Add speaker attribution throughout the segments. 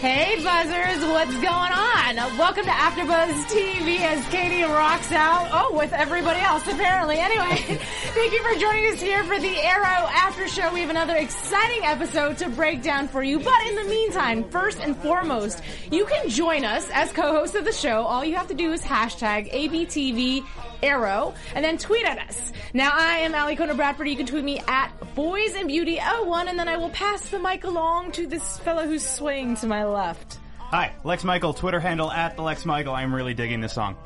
Speaker 1: Hey buzzers, what's going on? Welcome to AfterBuzz TV as Katie rocks out. Oh, with everybody else apparently. Anyway, thank you for joining us here for the Arrow After Show. We have another exciting episode to break down for you. But in the meantime, first and foremost, you can join us as co-hosts of the show. All you have to do is hashtag ABTV arrow and then tweet at us. Now I am Ali Kona Bradford. You can tweet me at Boys and Beauty 01 and then I will pass the mic along to this fellow who's swaying to my left.
Speaker 2: Hi, Lex Michael, Twitter handle at the Lex Michael. I'm really digging this song.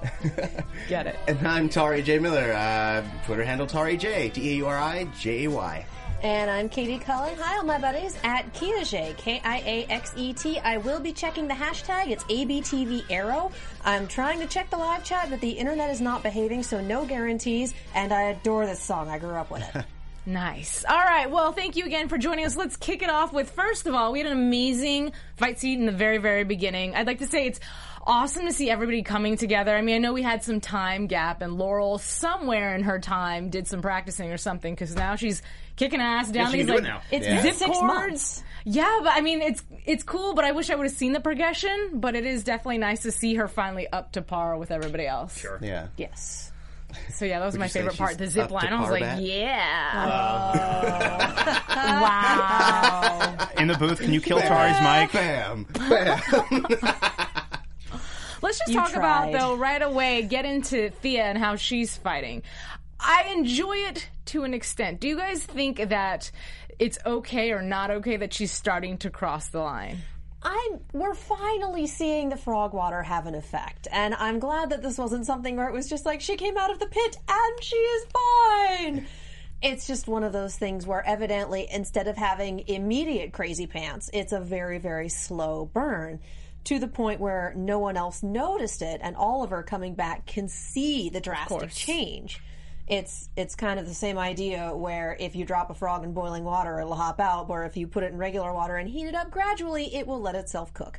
Speaker 1: Get it.
Speaker 3: And I'm Tari J. Miller. Uh, Twitter handle Tari J. D A U R I J A Y.
Speaker 4: And I'm Katie Cullen. Hi, all my buddies at Kiaxe, K-I-A-X-E-T. E I will be checking the hashtag. It's ABTV Arrow. I'm trying to check the live chat, but the internet is not behaving, so no guarantees. And I adore this song. I grew up with it.
Speaker 1: Nice. All right. Well, thank you again for joining us. Let's kick it off with first of all, we had an amazing fight scene in the very, very beginning. I'd like to say it's awesome to see everybody coming together. I mean, I know we had some time gap, and Laurel somewhere in her time did some practicing or something because now she's kicking ass down
Speaker 2: she
Speaker 1: these
Speaker 2: can do
Speaker 1: like
Speaker 2: it now.
Speaker 1: it's
Speaker 3: Yeah.
Speaker 1: zip
Speaker 4: Six
Speaker 1: cords.
Speaker 4: months.
Speaker 1: Yeah, but I mean, it's it's cool. But I wish I would have seen the progression. But it is definitely nice to see her finally up to par with everybody else. Sure.
Speaker 3: Yeah.
Speaker 4: Yes.
Speaker 1: So yeah, that was my
Speaker 3: you say
Speaker 1: favorite part. The
Speaker 3: she's
Speaker 1: zip
Speaker 3: up to
Speaker 1: line. I was
Speaker 3: par
Speaker 1: like,
Speaker 3: bat?
Speaker 1: yeah. wow.
Speaker 2: In the booth, can you kill Tari's mic?
Speaker 3: Bam. Bam.
Speaker 1: Let's just
Speaker 4: You
Speaker 1: talk about
Speaker 4: tried.
Speaker 1: though right away. Get into Thea and how she's fighting. I enjoy it to an extent. Do you guys think that it's okay or not okay that she's starting to cross the line?
Speaker 4: I'm, we're finally seeing the frog water have an effect. And I'm glad that this wasn't something where it was just like, she came out of the pit and she is fine. It's just one of those things where evidently, instead of having immediate crazy pants, it's a very, very slow burn to the point where no one else noticed it. And Oliver coming back can see the drastic change. It's it's kind of the same idea where if you drop a frog in boiling water, it'll hop out. Where if you put it in regular water and heat it up gradually, it will let itself cook.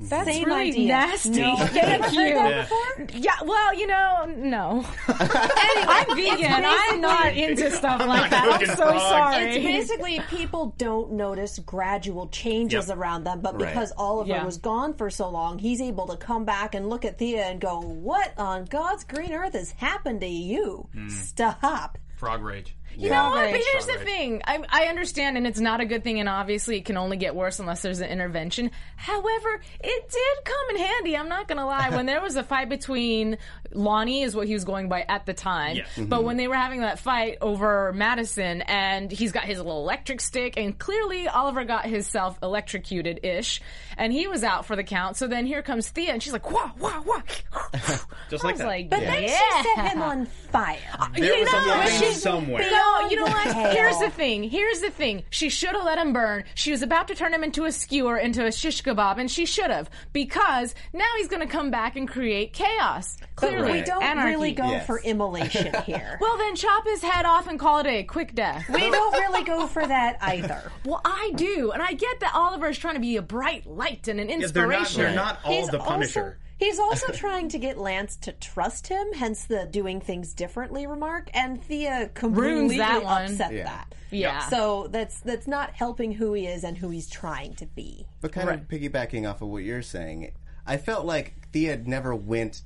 Speaker 4: That's same
Speaker 1: really
Speaker 4: idea.
Speaker 1: nasty.
Speaker 4: No.
Speaker 1: Thank
Speaker 4: Never heard that
Speaker 1: you.
Speaker 4: before?
Speaker 1: Yeah, well, you know, no. I'm vegan. I'm not into stuff like that. I'm so sorry.
Speaker 4: It's basically people don't notice gradual changes
Speaker 2: Yep.
Speaker 4: around them, but
Speaker 3: Right.
Speaker 4: because Oliver
Speaker 1: Yeah.
Speaker 4: was gone for so long, he's able to come back and look at Thea and go, "What on God's green earth has happened to you? Stop!"
Speaker 5: Frog rage.
Speaker 1: You know what? But
Speaker 4: Right.
Speaker 1: here's the thing. I, I understand, and it's not a good thing, and obviously it can only get worse unless there's an intervention. However, it did come in handy. I'm not going to lie. When there was a fight between Lonnie, is what he was going by at the time,
Speaker 5: Yes.
Speaker 2: Mm-hmm.
Speaker 1: but when they were having that fight over Madison, and he's got his little electric stick, and clearly Oliver got himself electrocuted ish, and he was out for the count. So then here comes Thea, and she's like, wah, wah, wah.
Speaker 2: Just
Speaker 1: I
Speaker 2: like
Speaker 1: was
Speaker 2: that.
Speaker 1: like,
Speaker 4: But then
Speaker 1: yeah.
Speaker 4: she set him on fire.
Speaker 2: there
Speaker 1: you
Speaker 2: was
Speaker 1: know,
Speaker 2: a line
Speaker 1: she's
Speaker 2: somewhere.
Speaker 1: No, you know
Speaker 4: Beyond
Speaker 1: what?
Speaker 4: the
Speaker 1: Here's
Speaker 4: pale.
Speaker 1: the thing. Here's the thing. She should have let him burn. She was about to turn him into a skewer, into a shish kebab, and she should have because now he's going to come back and create chaos. Clearly,
Speaker 4: We don't
Speaker 1: anarchy.
Speaker 4: really go
Speaker 3: Yes.
Speaker 4: for immolation here.
Speaker 1: Well, then chop his head off and call it a quick death.
Speaker 4: we don't really go for that either.
Speaker 1: well, I do, and I get that Oliver is trying to be a bright light and an
Speaker 2: they're not,
Speaker 1: inspiration.
Speaker 2: they're not all
Speaker 4: He's
Speaker 2: the
Speaker 4: also-
Speaker 2: Punisher.
Speaker 4: He's also trying to get Lance to trust him, hence the doing things differently remark. And Thea completely
Speaker 1: that one.
Speaker 4: upset
Speaker 3: Yeah.
Speaker 4: that.
Speaker 1: Yeah.
Speaker 4: So that's that's not helping who he is and who he's trying to be.
Speaker 3: But kind of piggybacking off of what you're saying, I felt like Thea never went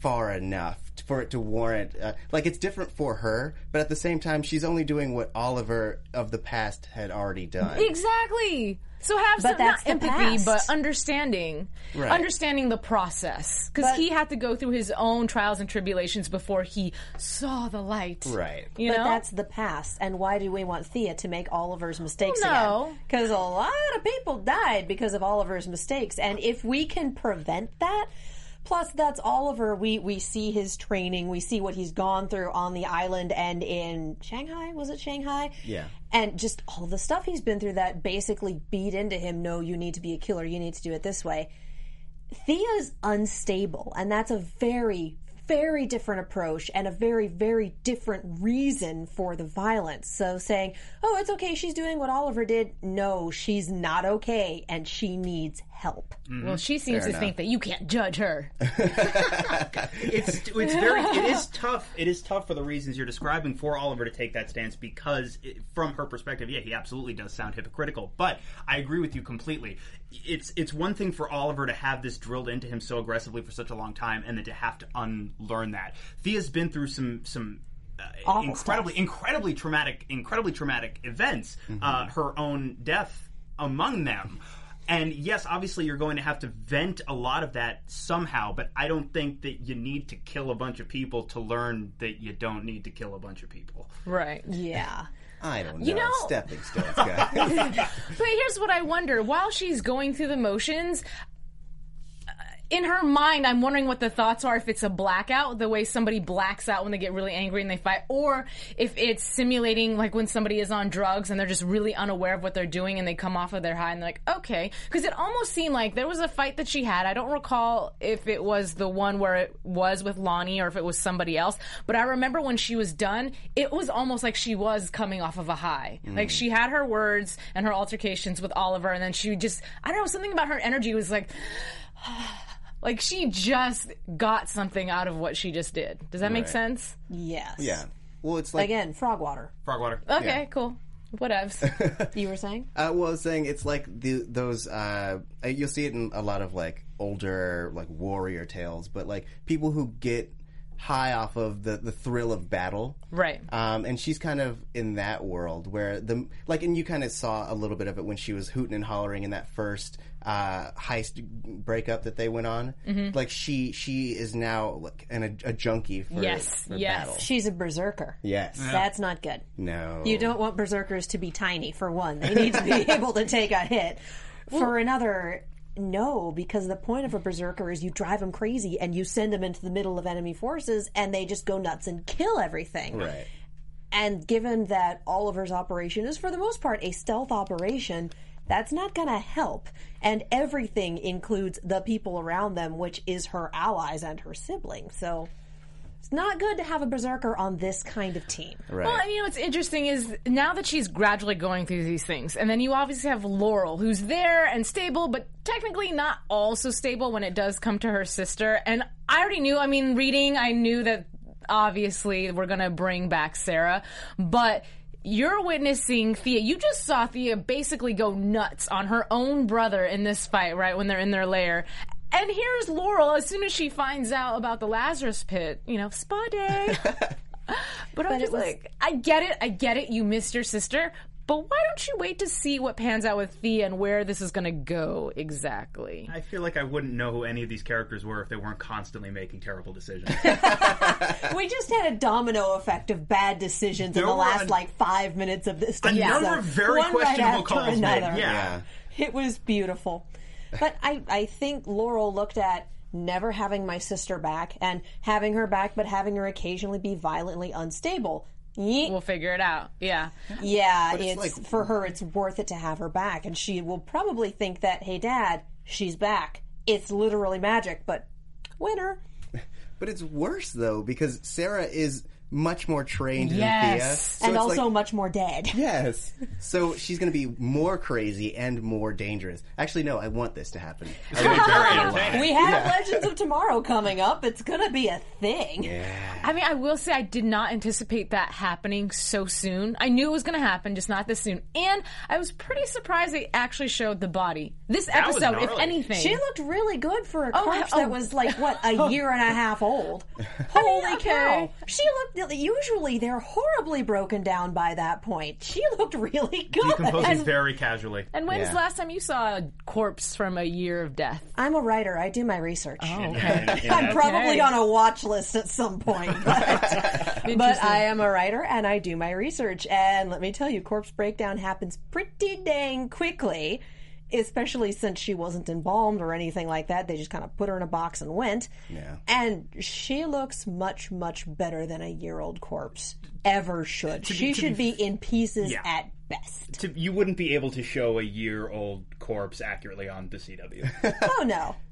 Speaker 3: far enough t- for it to warrant. Uh, like it's different for her, but at the same time, she's only doing what Oliver of the past had already done.
Speaker 1: Exactly. So have some
Speaker 4: that's
Speaker 1: not
Speaker 4: the
Speaker 1: empathy,
Speaker 4: past.
Speaker 1: but understanding,
Speaker 3: Right.
Speaker 1: understanding the process, because
Speaker 4: But-
Speaker 1: he had to go through his own trials and tribulations before he saw the light.
Speaker 3: Right.
Speaker 1: You
Speaker 4: But
Speaker 1: know.
Speaker 4: that's the past, and why do we want Thea to make Oliver's mistakes
Speaker 1: Well, no.
Speaker 4: again? Because a lot of people died because of Oliver's mistakes, and if we can prevent that, plus that's Oliver. We we see his training, we see what he's gone through on the island and in Shanghai. Was it Shanghai?
Speaker 3: Yeah.
Speaker 4: And just all the stuff he's been through that basically beat into him. No, you need to be a killer. You need to do it this way. Thea's unstable, and that's a very, very different approach and a very, very different reason for the violence. So saying, oh, it's okay, she's doing what Oliver did. No, she's not okay, and she needs help.
Speaker 3: Mm-hmm.
Speaker 1: well, she seems to think that you can't judge her.
Speaker 2: it's it's very it is tough. It is tough for the reasons you're describing for Oliver to take that stance because it, from her perspective, yeah, he absolutely does sound hypocritical. But I agree with you completely. It's it's one thing for Oliver to have this drilled into him so aggressively for such a long time, and then to have to unlearn that. Thea's been through some some. Uh,
Speaker 4: Awful
Speaker 2: incredibly, incredibly traumatic, incredibly traumatic events. Uh, her own death among them. And yes, obviously you're going to have to vent a lot of that somehow, but I don't think that you need to kill a bunch of people to learn that you don't need to kill a bunch of people.
Speaker 1: Right.
Speaker 4: Yeah.
Speaker 3: I don't know.
Speaker 1: know-
Speaker 3: Stepping stones, guys.
Speaker 1: But here's what I wonder: while she's going through the motions. uh, In her mind, I'm wondering what the thoughts are. If it's a blackout, the way somebody blacks out when they get really angry and they fight, or if it's simulating like when somebody is on drugs and they're just really unaware of what they're doing and they come off of their high and they're like, okay, because it almost seemed like there was a fight that she had. I don't recall if it was the one where it was with Lonnie or if it was somebody else, but I remember when she was done, it was almost like she was coming off of a high. Like she had her words and her altercations with Oliver, and then she just, I don't know, something about her energy was like, like she just got something out of what she just did. Does that make
Speaker 3: Right.
Speaker 1: sense?
Speaker 4: Yes.
Speaker 3: yeah. Well, it's like
Speaker 4: Again, frog water.
Speaker 2: Frogwater.
Speaker 4: Uh,
Speaker 1: Okay, cool. Whatevs.
Speaker 4: You were saying?
Speaker 3: Uh, well, I was saying it's like the, those. Uh, uh, you'll see it in a lot of like older like warrior tales, but like people who get high off of the, the thrill of battle,
Speaker 1: Right.
Speaker 3: Um, and she's kind of in that world where the like, and you kind of saw a little bit of it when she was hooting and hollering in that first uh, heist breakup that they went on.
Speaker 1: Mm-hmm.
Speaker 3: Like she she is now like an, a, a junkie for
Speaker 1: Yes,
Speaker 3: for
Speaker 1: yes.
Speaker 3: battle.
Speaker 4: She's a berserker.
Speaker 3: Yes.
Speaker 4: That's not good.
Speaker 3: No.
Speaker 4: You don't want berserkers to be tiny, for one. They need to be able to take a hit. For another, no, because the point of a berserker is you drive them crazy and you send them into the middle of enemy forces and they just go nuts and kill everything.
Speaker 3: Right.
Speaker 4: And given that Oliver's operation is, for the most part, a stealth operation, that's not going to help. And everything includes the people around them, which is her allies and her siblings. So. It's not good to have a berserker on this kind of team.
Speaker 3: Right.
Speaker 1: Well, and you know what's interesting is now that she's gradually going through these things, and then you obviously have Laurel, who's there and stable, but technically not also stable when it does come to her sister. And I already knew, I mean, reading, I knew that obviously we're going to bring back Sarah, but. You're witnessing Thea. You just saw Thea basically go nuts on her own brother in this fight, right? When they're in their lair. And here's Laurel as soon as she finds out about the Lazarus pit, you know, spa day. But, I'm
Speaker 4: But it
Speaker 1: just
Speaker 4: was-
Speaker 1: like, I get it, I get it. You missed your sister, but why don't you wait to see what pans out with Thea and where this is going to go exactly?
Speaker 2: I feel like I wouldn't know who any of these characters were if they weren't constantly making terrible decisions.
Speaker 4: We just had a domino effect of bad decisions in
Speaker 2: There
Speaker 4: the
Speaker 2: were
Speaker 4: last
Speaker 2: a-
Speaker 4: like five minutes of this.
Speaker 2: a
Speaker 4: episode.
Speaker 2: number of very
Speaker 4: One
Speaker 2: questionable
Speaker 4: right after
Speaker 2: calls made.
Speaker 4: another.
Speaker 2: Yeah.
Speaker 4: it was beautiful. But I, I think Laurel looked at never having my sister back and having her back, but having her occasionally be violently unstable. Yeet.
Speaker 1: We'll figure it out. Yeah.
Speaker 4: Yeah, it's,
Speaker 3: it's like-
Speaker 4: for her. It's worth it to have her back, and she will probably think that, "Hey, Dad, she's back. It's literally magic." But winner.
Speaker 3: But it's worse though because Sarah is much more trained than Thea.
Speaker 1: Yes.
Speaker 3: So
Speaker 4: and
Speaker 3: it's
Speaker 4: also
Speaker 3: like-
Speaker 4: much more dead.
Speaker 3: Yes. So she's going to be more crazy and more dangerous. Actually, no, I want this to happen. I want
Speaker 2: Very
Speaker 3: Buffy to
Speaker 2: entertaining.
Speaker 3: win.
Speaker 4: We have Legends of Tomorrow coming up. It's gonna be a thing.
Speaker 1: I mean, I will say I did not anticipate that happening so soon. I knew it was going to happen, just not this soon. And I was pretty surprised they actually showed the body. This
Speaker 2: was
Speaker 1: episode, if
Speaker 2: gnarly.
Speaker 1: anything.
Speaker 4: She looked really good for a
Speaker 1: Oh,
Speaker 4: corpse
Speaker 1: oh.
Speaker 4: that was like what a year and a half old. Holy
Speaker 1: okay.
Speaker 4: cow! She looked. Usually they're horribly broken down by that point. She looked really good.
Speaker 2: Decomposing very casually.
Speaker 1: and when's
Speaker 3: Yeah.
Speaker 1: the last time you saw a corpse from a year of death?
Speaker 4: I'm a writer. I do my research.
Speaker 2: Yeah, yeah.
Speaker 4: I'm probably on a watch list at some point, but, but I am a writer and I do my research. And let me tell you, corpse breakdown happens pretty dang quickly, especially since she wasn't embalmed or anything like that. They just kind of put her in a box and went.
Speaker 3: Yeah.
Speaker 4: And she looks much, much better than a year old corpse ever should. she
Speaker 2: to
Speaker 4: should be, in pieces
Speaker 2: Yeah.
Speaker 4: at best.
Speaker 2: To- you wouldn't be able to show a year old corpse accurately on the CW.
Speaker 4: Oh no.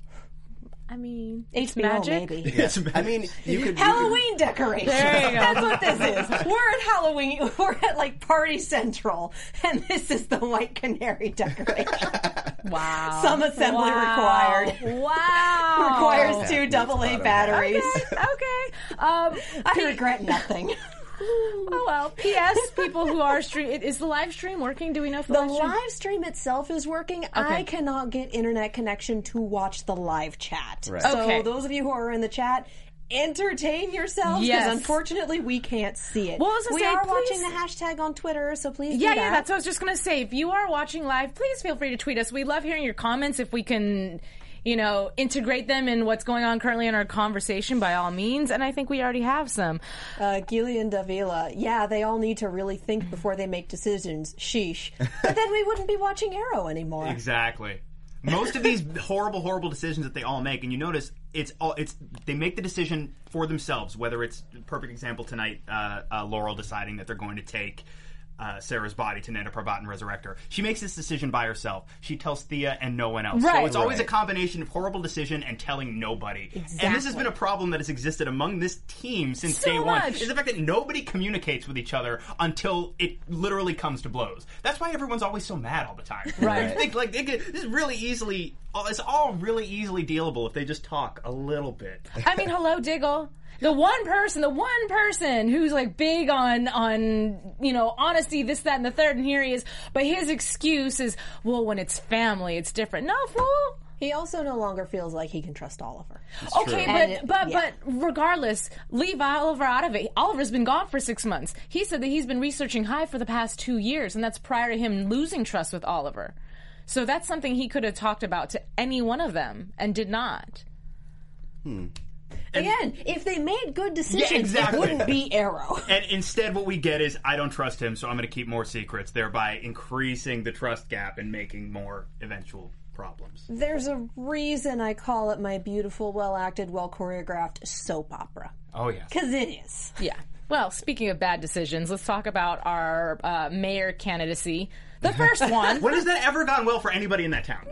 Speaker 1: I mean,
Speaker 4: HBO
Speaker 1: magic.
Speaker 4: maybe.
Speaker 2: It's amazing.
Speaker 3: I mean, you could.
Speaker 4: Halloween decorations.
Speaker 1: There you go.
Speaker 4: That's what this is. We're at Halloween. We're at like Party Central, and this is the White Canary decoration.
Speaker 1: Wow.
Speaker 4: Some assembly
Speaker 1: Wow.
Speaker 4: required. Oh.
Speaker 1: Wow.
Speaker 4: Requires two double A batteries.
Speaker 1: Okay. Um,
Speaker 4: I regret nothing.
Speaker 1: oh well. P.S. People who are stream is the live stream working? Do we know if the,
Speaker 4: The
Speaker 1: live stream-
Speaker 4: live stream itself is working. I cannot get internet connection to watch the live chat.
Speaker 3: Right.
Speaker 4: So
Speaker 1: Okay.
Speaker 4: those of you who are in the chat. Entertain yourselves because
Speaker 1: Yes.
Speaker 4: unfortunately we can't see it.
Speaker 1: Well, I was gonna
Speaker 4: we
Speaker 1: say,
Speaker 4: are
Speaker 1: please-
Speaker 4: watching the hashtag on Twitter, so please. do
Speaker 1: Yeah,
Speaker 4: that.
Speaker 1: yeah, that's what I was just gonna say. If you are watching live, please feel free to tweet us. We love hearing your comments. If we can, you know, integrate them in what's going on currently in our conversation, by all means. And I think we already have some.
Speaker 4: Uh, Gillian Davila, yeah, they all need to really think before they make decisions. Sheesh. But then we wouldn't be watching Arrow anymore.
Speaker 2: Exactly. Most of these horrible, horrible decisions that they all make, and you notice it's all it's they make the decision for themselves. Whether it's perfect example tonight, uh, uh, Laurel deciding that they're going to take. Uh, Sarah's body to Nana Parbat and Resurrect her. She makes this decision by herself. She tells Thea and no one else.
Speaker 1: Right.
Speaker 2: So it's always a
Speaker 3: Right.
Speaker 2: combination of horrible decision and telling nobody. And this has been a problem that has existed among this team since
Speaker 1: So
Speaker 2: day one.
Speaker 1: much.
Speaker 2: Is the fact that nobody communicates with each other until it literally comes to blows. That's why everyone's always so mad all the time.
Speaker 4: Right.
Speaker 2: I think like they could, this is really easily. all- It's all really easily dealable if they just talk a little bit.
Speaker 1: I mean, hello, Diggle. The one person, the one person who's like big on on you know honesty, this, that, and the third, and here he is. But his excuse is, well, when it's family, it's different. No, fool.
Speaker 4: He also no longer feels like he can trust Oliver.
Speaker 1: Okay,
Speaker 4: true.
Speaker 1: but
Speaker 4: And it-
Speaker 1: but
Speaker 4: yeah.
Speaker 1: but regardless, leave Oliver out of it. Oliver's been gone for six months. He said that he's been researching Hive for the past two years, and that's prior to him losing trust with Oliver. So that's something he could have talked about to any one of them and did not.
Speaker 4: Again, if they made good decisions,
Speaker 2: exactly.
Speaker 4: it wouldn't be Arrow.
Speaker 2: And instead, what we get is I don't trust him, so I'm going to keep more secrets, thereby increasing the trust gap and making more eventual problems.
Speaker 4: There's a reason I call it my beautiful, well acted, well choreographed soap opera.
Speaker 2: Oh yes.
Speaker 4: Because it is.
Speaker 1: Yeah. Well, speaking of bad decisions, let's talk about our uh, mayor candidacy. The first one.
Speaker 2: When has that ever gone well for anybody in that town?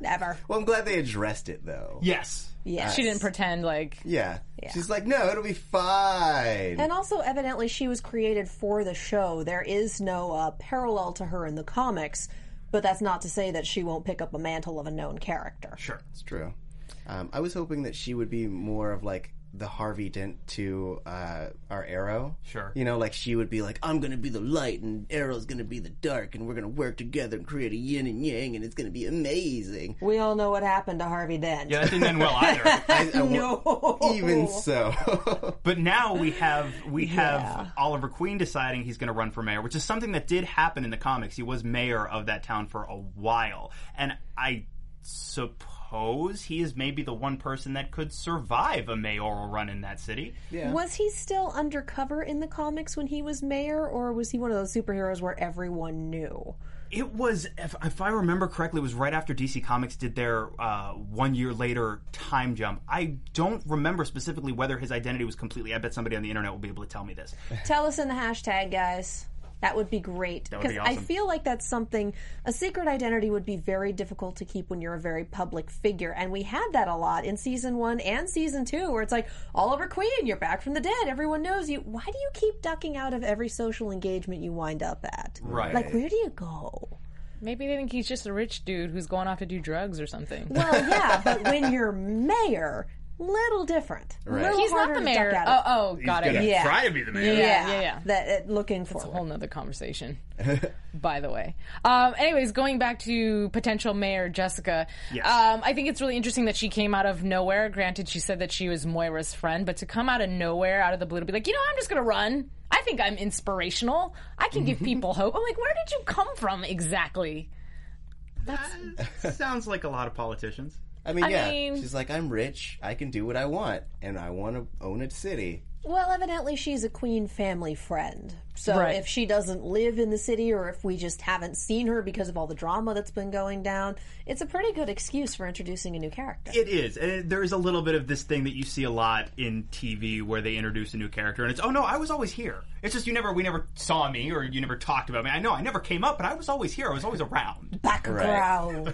Speaker 4: Never.
Speaker 3: Well, I'm glad they addressed it though.
Speaker 2: Yes.
Speaker 4: Yeah.
Speaker 1: she didn't pretend like.
Speaker 3: Yeah. She's like, no, it'll be fine.
Speaker 4: And also, evidently, she was created for the show. There is no uh, parallel to her in the comics, but that's not to say that she won't pick up a mantle of a known character.
Speaker 2: Sure.
Speaker 3: It's true. Um, I was hoping that she would be more of like the Harvey Dent to uh, our Arrow.
Speaker 2: Sure.
Speaker 3: You know, like she would be like, I'm going to be the light and Arrow's going to be the dark and we're going to work together and create a yin and yang and it's going to be amazing.
Speaker 4: We all know what happened to Harvey Dent.
Speaker 2: Yeah, that didn't end well either.
Speaker 3: I- I wa-
Speaker 4: No.
Speaker 3: Even so.
Speaker 2: But now we have we have Oliver Queen deciding he's going to run for mayor, which is something that did happen in the comics. He was mayor of that town for a while, and I suppose he is maybe the one person that could survive a mayoral run in that city.
Speaker 4: Was he still undercover in the comics when he was mayor, or was he one of those superheroes where everyone knew?
Speaker 2: It was, if, if I remember correctly, it was right after DC Comics did their uh, one year later time jump. I don't remember specifically whether his identity was completely. I bet somebody on the internet will be able to tell me this.
Speaker 4: Tell us in the hashtag, guys. That would be great
Speaker 2: would be
Speaker 4: because I
Speaker 2: awesome.
Speaker 4: feel like that's something a secret identity would be very difficult to keep when you're a very public figure, and we had that a lot in season one and season two, where it's like Oliver Queen, you're back from the dead, everyone knows you. Why do you keep ducking out of every social engagement you wind up at?
Speaker 3: Right.
Speaker 4: Like, where do you go?
Speaker 1: Maybe they think he's just a rich dude who's going off to do drugs or something.
Speaker 4: Well, yeah, but when you're mayor, little different. Little
Speaker 1: he's not
Speaker 4: harder
Speaker 1: the
Speaker 4: to duck
Speaker 1: mayor.
Speaker 4: out
Speaker 1: Oh,
Speaker 4: of.
Speaker 1: oh, got it.
Speaker 2: gonna
Speaker 4: Yeah.
Speaker 2: try to be the mayor.
Speaker 1: Yeah, yeah, yeah.
Speaker 4: That uh, looking for.
Speaker 1: Whole nother conversation, by the way. Um, anyways, going back to potential mayor Jessica,
Speaker 2: Yes.
Speaker 1: um, I think it's really interesting that she came out of nowhere. Granted, she said that she was Moira's friend, but to come out of nowhere, out of the blue, to be like, you know, I'm just going to run. I think I'm inspirational. I can give people hope. I'm like, where did you come from exactly?
Speaker 2: That sounds like a lot of politicians.
Speaker 3: I mean,
Speaker 1: I
Speaker 3: yeah.
Speaker 1: mean-
Speaker 3: She's like, I'm rich. I can do what I want, and I want to own a city.
Speaker 4: Well, evidently she's a queen family friend. So
Speaker 1: Right.
Speaker 4: if she doesn't live in the city, or if we just haven't seen her because of all the drama that's been going down, it's a pretty good excuse for introducing a new character.
Speaker 2: It is. And there is a little bit of this thing that you see a lot in TV where they introduce a new character and it's oh no, I was always here. It's just you never we never saw me or you never talked about me. I know I never came up, but I was always here. I was always around.
Speaker 4: Background.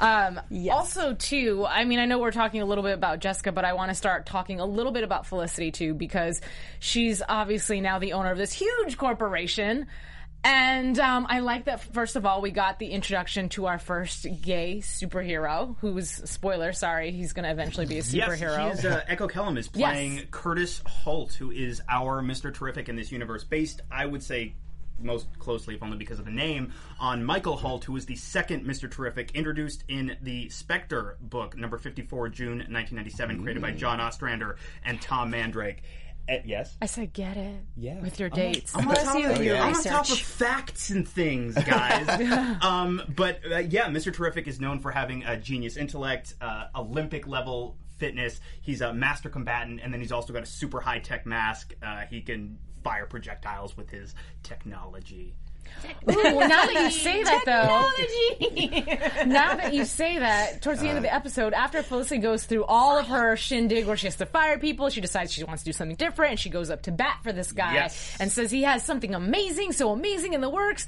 Speaker 1: Also, too, I mean, I know we're talking a little bit about Jessica, but I want to start talking a little bit about Felicity, too, because she's obviously now the owner of this huge corporation. And um, I like that, first of all, we got the introduction to our first gay superhero, who's, spoiler, sorry, he's going to eventually be a superhero.
Speaker 2: Yes, he's, uh, Echo Kellum is playing Curtis Holt, who is our Mr. Terrific in this universe, based, I would say, most closely, if only because of the name, on Michael Holt, who was the second Mr. Terrific introduced in the Spectre book, number 54, June 1997, created by John Ostrander and Tom Mandrake. Eh, yes?
Speaker 1: I said, get it. Yeah. With your dates.
Speaker 2: I'm on top
Speaker 4: you
Speaker 2: of-
Speaker 4: do your
Speaker 2: I'm on top of
Speaker 4: research.
Speaker 2: facts and things, guys. um, but uh, yeah, Mr. Terrific is known for having a genius intellect, uh, Olympic level fitness. He's a master combatant, and then he's also got a super high tech mask. Uh, he can fire projectiles with his technology.
Speaker 1: Ooh, well, now that you say that, though, now that you say that, towards the end of the episode, after Felicity goes through all of her shindig where she has to fire people, she decides she wants to do something different, and she goes up to bat for this guy
Speaker 2: Yes.
Speaker 1: and says he has something amazing, so amazing in the works.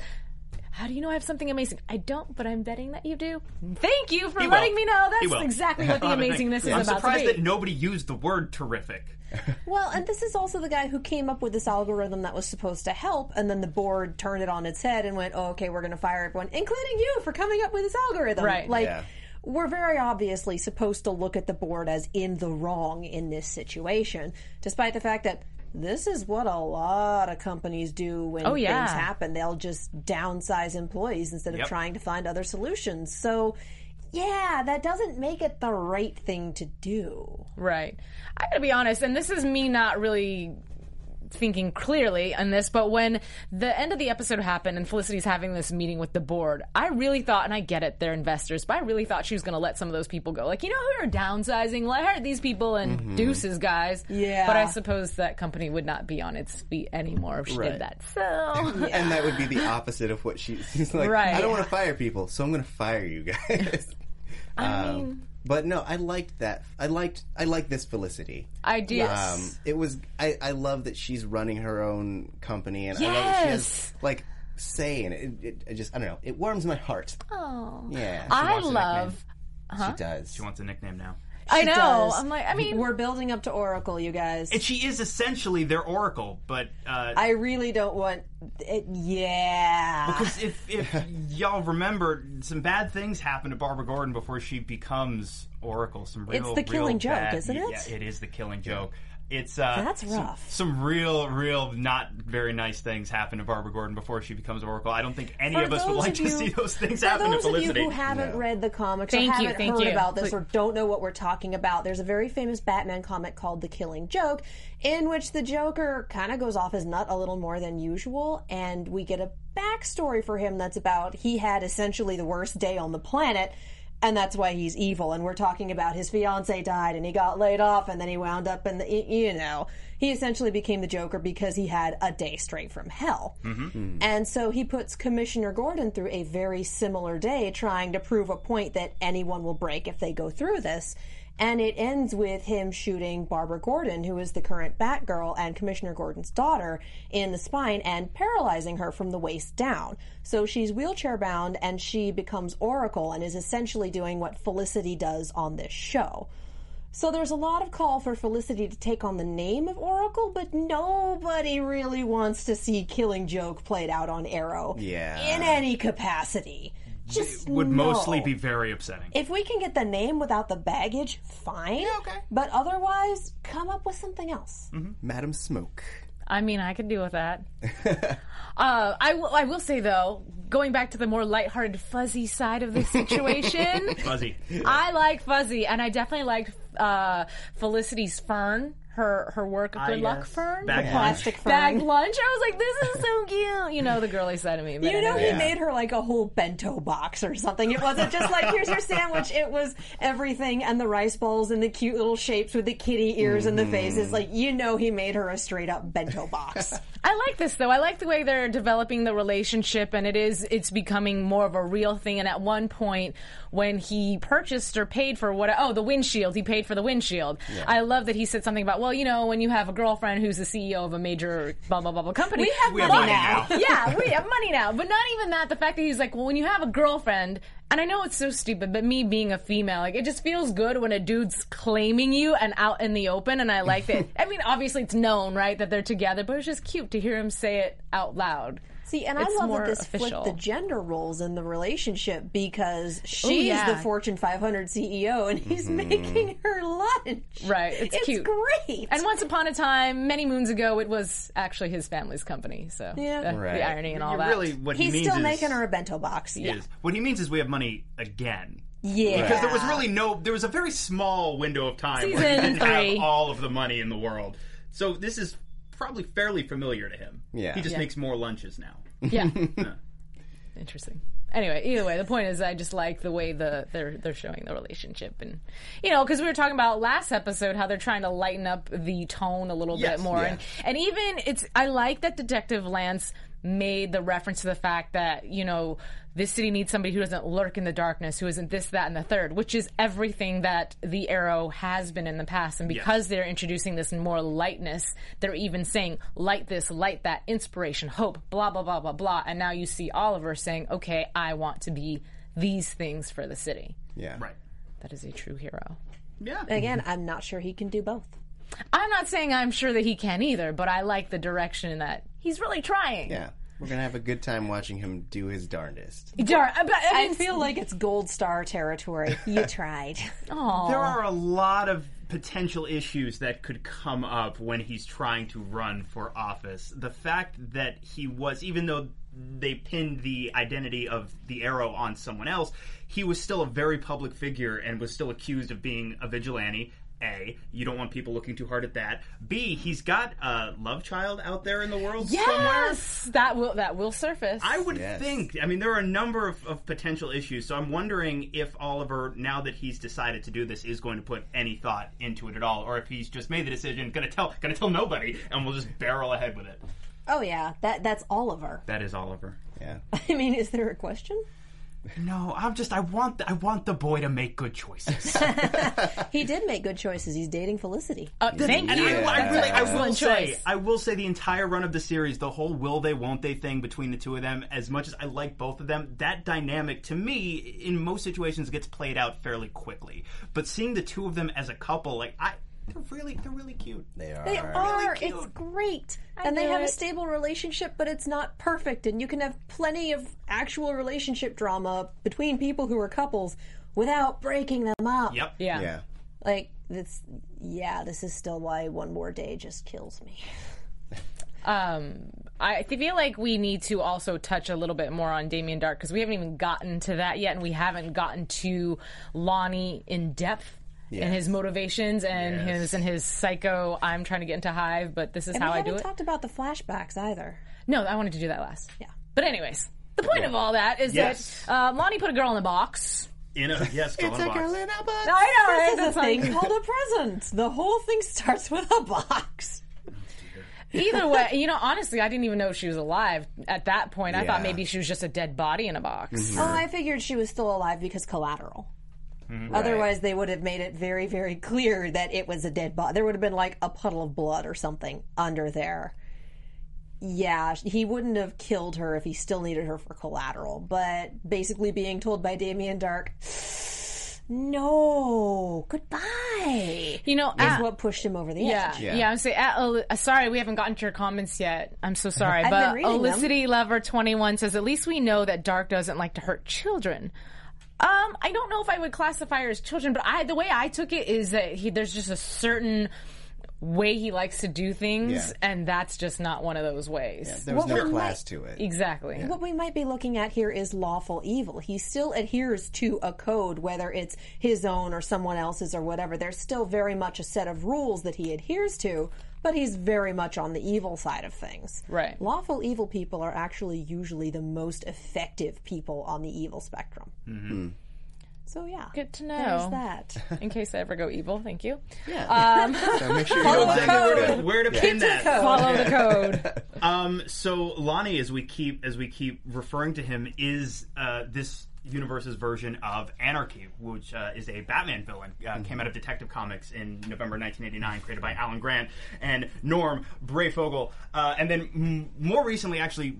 Speaker 1: How do you know I have something amazing? I don't, but I'm betting that you do. Thank you for
Speaker 2: He will.
Speaker 1: letting me know.
Speaker 2: He
Speaker 1: That's
Speaker 2: will.
Speaker 1: exactly what the
Speaker 2: I'll have a thing.
Speaker 1: amazingness is
Speaker 2: I'm
Speaker 1: about
Speaker 2: surprised
Speaker 1: to
Speaker 2: that
Speaker 1: be.
Speaker 2: nobody used the word terrific.
Speaker 4: Well, and this is also the guy who came up with this algorithm that was supposed to help, and then the board turned it on its head and went, oh, okay, we're going to fire everyone, including you, for coming up with this algorithm.
Speaker 1: Right.
Speaker 4: Like,
Speaker 3: Yeah.
Speaker 4: we're very obviously supposed to look at the board as in the wrong in this situation, despite the fact that this is what a lot of companies do when
Speaker 1: Oh, yeah.
Speaker 4: things happen. They'll just downsize employees instead of
Speaker 2: Yep.
Speaker 4: trying to find other solutions. So, yeah, that doesn't make it the right thing to do.
Speaker 1: Right. I gotta be honest, and this is me not really thinking clearly on this, but when the end of the episode happened and Felicity's having this meeting with the board, I really thought, and I get it, they're investors, but I really thought she was gonna let some of those people go. Like, you know who are downsizing? Let her these people and
Speaker 3: Mm-hmm.
Speaker 1: deuces, guys.
Speaker 4: Yeah.
Speaker 1: But I suppose that company would not be on its feet anymore if she
Speaker 3: Right.
Speaker 1: did that. So
Speaker 3: And that would be the opposite of what she, she's like.
Speaker 1: Right.
Speaker 3: I don't want to fire people, so I'm going to fire you guys. I mean, but no, I liked that. I liked I liked this Felicity.
Speaker 1: I do
Speaker 3: Um, it was I, I love that she's running her own company, and I love that she
Speaker 1: Yes.
Speaker 3: has like say in it. It, it. I just I don't know. It warms my heart.
Speaker 1: Oh.
Speaker 3: Yeah,
Speaker 1: I
Speaker 2: wants a
Speaker 1: love
Speaker 3: she does.
Speaker 2: She wants a nickname now.
Speaker 1: I know.
Speaker 4: does.
Speaker 1: I'm like I mean
Speaker 4: We're building up to Oracle, you guys.
Speaker 2: And she is essentially their oracle, but uh,
Speaker 4: I really don't want it. Yeah.
Speaker 2: Because if, if y'all remember, some bad things happened to Barbara Gordon before she becomes Oracle. Some real,
Speaker 4: the
Speaker 2: real
Speaker 4: killing joke,
Speaker 2: bad-
Speaker 4: isn't it?
Speaker 2: Yeah, it is the killing joke. It's uh,
Speaker 4: That's
Speaker 2: some-
Speaker 4: rough.
Speaker 2: Some, real, real not very nice things happen to Barbara Gordon before she becomes Oracle. I don't think any
Speaker 4: For
Speaker 2: of us would
Speaker 4: those
Speaker 2: like
Speaker 4: of
Speaker 2: to
Speaker 4: you-
Speaker 2: see those things
Speaker 4: For
Speaker 2: happen
Speaker 4: those
Speaker 2: to
Speaker 4: of you
Speaker 2: Felicity.
Speaker 4: who haven't read the comics
Speaker 1: Thank
Speaker 4: or
Speaker 1: you,
Speaker 4: haven't
Speaker 1: thank
Speaker 4: heard
Speaker 1: you.
Speaker 4: about this or don't know what we're talking about, there's a very famous Batman comic called The Killing Joke, in which the Joker kind of goes off his nut a little more than usual, and we get a backstory for him that's about he had essentially the worst day on the planet. And that's why he's evil. And we're talking about his fiance died and he got laid off and then he wound up in the, y- you know, he essentially became the Joker because he had a day straight from hell. And so he puts Commissioner Gordon through a very similar day trying to prove a point that anyone will break if they go through this. And it ends with him shooting Barbara Gordon, who is the current Batgirl and Commissioner Gordon's daughter, in the spine and paralyzing her from the waist down. So she's wheelchair bound and she becomes Oracle and is essentially doing what Felicity does on this show. So there's a lot of call for Felicity to take on the name of Oracle, but nobody really wants to see Killing Joke played out on Arrow.
Speaker 3: Yeah.
Speaker 4: In any capacity. Just
Speaker 2: would
Speaker 4: no.
Speaker 2: mostly be very upsetting.
Speaker 4: If we can get the name without the baggage, fine. okay. But otherwise, come up with something else.
Speaker 3: Madam Smoke.
Speaker 1: I mean, I could deal with that. uh, I, w- I will say, though, going back to the more lighthearted, fuzzy side of the situation,
Speaker 2: Fuzzy.
Speaker 1: I like Fuzzy, and I definitely liked uh, Felicity's Fern, her her work, Good Luck
Speaker 2: Ah, yes.
Speaker 1: Fern, the
Speaker 2: Bag lunch.
Speaker 4: Plastic fern.
Speaker 1: bag lunch. I was like, this is so cute. You know, the girly side of me. But
Speaker 4: You know,
Speaker 1: anyway.
Speaker 4: he made her like a whole bento box or something. It wasn't just like, here's your sandwich. It was everything and the rice bowls and the cute little shapes with the kitty ears and the
Speaker 1: Mm-hmm.
Speaker 4: faces. Like, you know, he made her a straight up bento box.
Speaker 1: I like this though. I like the way they're developing the relationship, and it is it's becoming more of a real thing. And at one point, when he purchased or paid for what? Oh, the windshield. He paid for the windshield. I love that he said something about well, you know, when you have a girlfriend who's the CEO of a major blah blah blah, blah company,
Speaker 4: We have
Speaker 2: We have
Speaker 4: money
Speaker 2: money
Speaker 4: now.
Speaker 2: now.
Speaker 1: yeah, we have money now. But not even that. The fact that he's like, well, when you have a girlfriend, and I know it's so stupid, but me being a female, like, it just feels good when a dude's claiming you and out in the open. And I like that. I mean, obviously, it's known, right, that they're together, but it's just cute to hear him say it out loud.
Speaker 4: See, and
Speaker 1: It's
Speaker 4: I love
Speaker 1: more
Speaker 4: that this
Speaker 1: official.
Speaker 4: flipped the gender roles in the relationship because she's
Speaker 1: yeah.
Speaker 4: the Fortune 500 CEO E and he's making her lunch.
Speaker 1: Mm-hmm. Right, it's cute.
Speaker 4: great.
Speaker 1: And once upon a time, many moons ago, it was actually his family's company. So
Speaker 4: Yeah.
Speaker 1: the,
Speaker 3: Right.
Speaker 1: the irony and all that.
Speaker 2: really, what he
Speaker 4: he's
Speaker 2: means
Speaker 4: still
Speaker 2: is,
Speaker 4: making her a bento box. Yeah.
Speaker 2: is- what he means is we have money again.
Speaker 4: Yeah.
Speaker 2: Because there was really no, there was a very small window of time where he
Speaker 1: Season
Speaker 2: didn't
Speaker 1: three.
Speaker 2: have all of the money in the world. So this is probably fairly familiar to him.
Speaker 3: Yeah.
Speaker 2: He just
Speaker 3: Yeah.
Speaker 2: makes more lunches now.
Speaker 1: Yeah. Interesting. Anyway, either way, the point is, I just like the way the they're they're showing the relationship, and you know, because we were talking about last episode how they're trying to lighten up the tone a little
Speaker 2: Yes,
Speaker 1: bit more,
Speaker 3: yeah.
Speaker 1: and and even it's I like that Detective Lance made the reference to the fact that you know this city needs somebody who doesn't lurk in the darkness, who isn't this, that, and the third, which is everything that the Arrow has been in the past, and because they're introducing this more lightness, they're even saying light this, light that, inspiration, hope, blah blah blah blah blah, and now you see Oliver saying, okay, I want to be these things for the city.
Speaker 3: Yeah.
Speaker 2: Right.
Speaker 1: That is a true hero.
Speaker 2: Yeah.
Speaker 4: Again, I'm not sure he can do both.
Speaker 1: I'm not saying I'm sure that he can either, but I like the direction that he's really trying.
Speaker 3: Yeah. We're gonna have a good time watching him do his darndest.
Speaker 1: Darn, I, but I
Speaker 4: I
Speaker 1: mean,
Speaker 4: feel like it's gold star territory. You tried.
Speaker 2: There are a lot of potential issues that could come up when he's trying to run for office. The fact that he was, even though they pinned the identity of the arrow on someone else, he was still a very public figure and was still accused of being a vigilante. A, you don't want people looking too hard at that. B, he's got a love child out there in the world somewhere.
Speaker 1: yes, that will that will surface.
Speaker 2: I would
Speaker 3: Yes.
Speaker 2: think. I mean, there are a number of, of potential issues, so I'm wondering if Oliver, now that he's decided to do this, is going to put any thought into it at all, or if he's just made the decision, gonna tell, gonna tell nobody, and we'll just barrel ahead with it.
Speaker 4: oh yeah, that that's Oliver.
Speaker 2: That is Oliver.
Speaker 3: Yeah.
Speaker 4: I mean, is there a question?
Speaker 2: No, I'm just. I want. The, I want the boy to make good choices. and
Speaker 4: He did make good choices. He's dating Felicity.
Speaker 1: Uh, thank you.
Speaker 2: I, I
Speaker 1: That's
Speaker 2: really,
Speaker 1: an
Speaker 2: I will
Speaker 1: excellent
Speaker 2: say,
Speaker 1: choice.
Speaker 2: I will say, the entire run of the series, the whole will they, won't they thing between the two of them. As much as I like both of them, that dynamic to me, in most situations, gets played out fairly quickly. But seeing the two of them as a couple, like I, they're really, they're really cute.
Speaker 3: They are.
Speaker 4: They are.
Speaker 2: cute.
Speaker 4: it's great. and they
Speaker 1: knew
Speaker 4: have a
Speaker 1: it.
Speaker 4: stable relationship, but it's not perfect. And you can have plenty of actual relationship drama between people who are couples without breaking them up.
Speaker 2: Yep.
Speaker 1: yeah.
Speaker 3: Yeah.
Speaker 4: Like, this, yeah, this is still why One More Day just kills me.
Speaker 1: Um, I th- feel like we need to also touch a little bit more on Damien Dark because we haven't even gotten to that yet, and we haven't gotten to Lonnie in depth. And his motivations and his and his psycho. I'm trying to get into Hive, but this is
Speaker 4: And
Speaker 1: how
Speaker 4: we
Speaker 1: I
Speaker 4: haven't
Speaker 1: do it.
Speaker 4: talked about the flashbacks either.
Speaker 1: No, I wanted to do that last.
Speaker 4: Yeah.
Speaker 1: But anyways, the point of all that is
Speaker 2: Yes.
Speaker 1: that uh, Lonnie put a girl in a box.
Speaker 2: In a yes, girl in a box.
Speaker 1: I know,
Speaker 4: This is a thing called a present. The whole thing starts with a box.
Speaker 1: Either way, you know, honestly, I didn't even know she was alive at that point. I thought
Speaker 3: Yeah.
Speaker 4: Mm-hmm.
Speaker 1: maybe she was just a dead body in a box.
Speaker 4: Oh, I figured she was still alive because collateral. Otherwise, they would have made it very, very clear that it was a dead body. There would have been like a puddle of blood or something under there. Yeah, he wouldn't have killed her if he still needed her for collateral. But basically, being told by Damien Dark, no, goodbye,
Speaker 1: You know,
Speaker 4: is
Speaker 1: at-
Speaker 4: what pushed him over the
Speaker 1: yeah,
Speaker 4: edge.
Speaker 1: yeah, I'm saying, at, Eli- uh, sorry, we haven't gotten to your comments yet. I'm so sorry,
Speaker 4: I've
Speaker 1: but
Speaker 4: been reading them.
Speaker 1: Elicity Lover 21 says, at least we know that Dark doesn't like to hurt children. Um, I don't know if I would classify her as children, but I the way I took it is that he, there's just a certain way he likes to do things,
Speaker 3: Yeah.
Speaker 1: and that's just not one of those ways.
Speaker 3: There was
Speaker 4: What
Speaker 3: no
Speaker 4: we
Speaker 3: class
Speaker 4: might-
Speaker 3: to it.
Speaker 1: Exactly.
Speaker 4: What we might be looking at here is lawful evil. He still adheres to a code, whether it's his own or someone else's or whatever. There's still very much a set of rules that he adheres to, but he's very much on the evil side of things.
Speaker 1: Right.
Speaker 4: Lawful evil people are actually usually the most effective people on the evil spectrum. Mm-hmm. So, yeah.
Speaker 1: Good to
Speaker 4: There's
Speaker 1: know.
Speaker 4: that.
Speaker 1: In case I ever go evil, thank you.
Speaker 3: So make sure you follow
Speaker 2: Where to, where to pin that?
Speaker 1: Follow the code.
Speaker 2: Um, so Lonnie, as we keep as we keep referring to him, is uh, this universe's version of Anarchy, which uh, is a Batman villain, uh, came out of Detective Comics in November 1989, created by Alan Grant and Norm Brayfogle, uh, and then m- more recently, actually.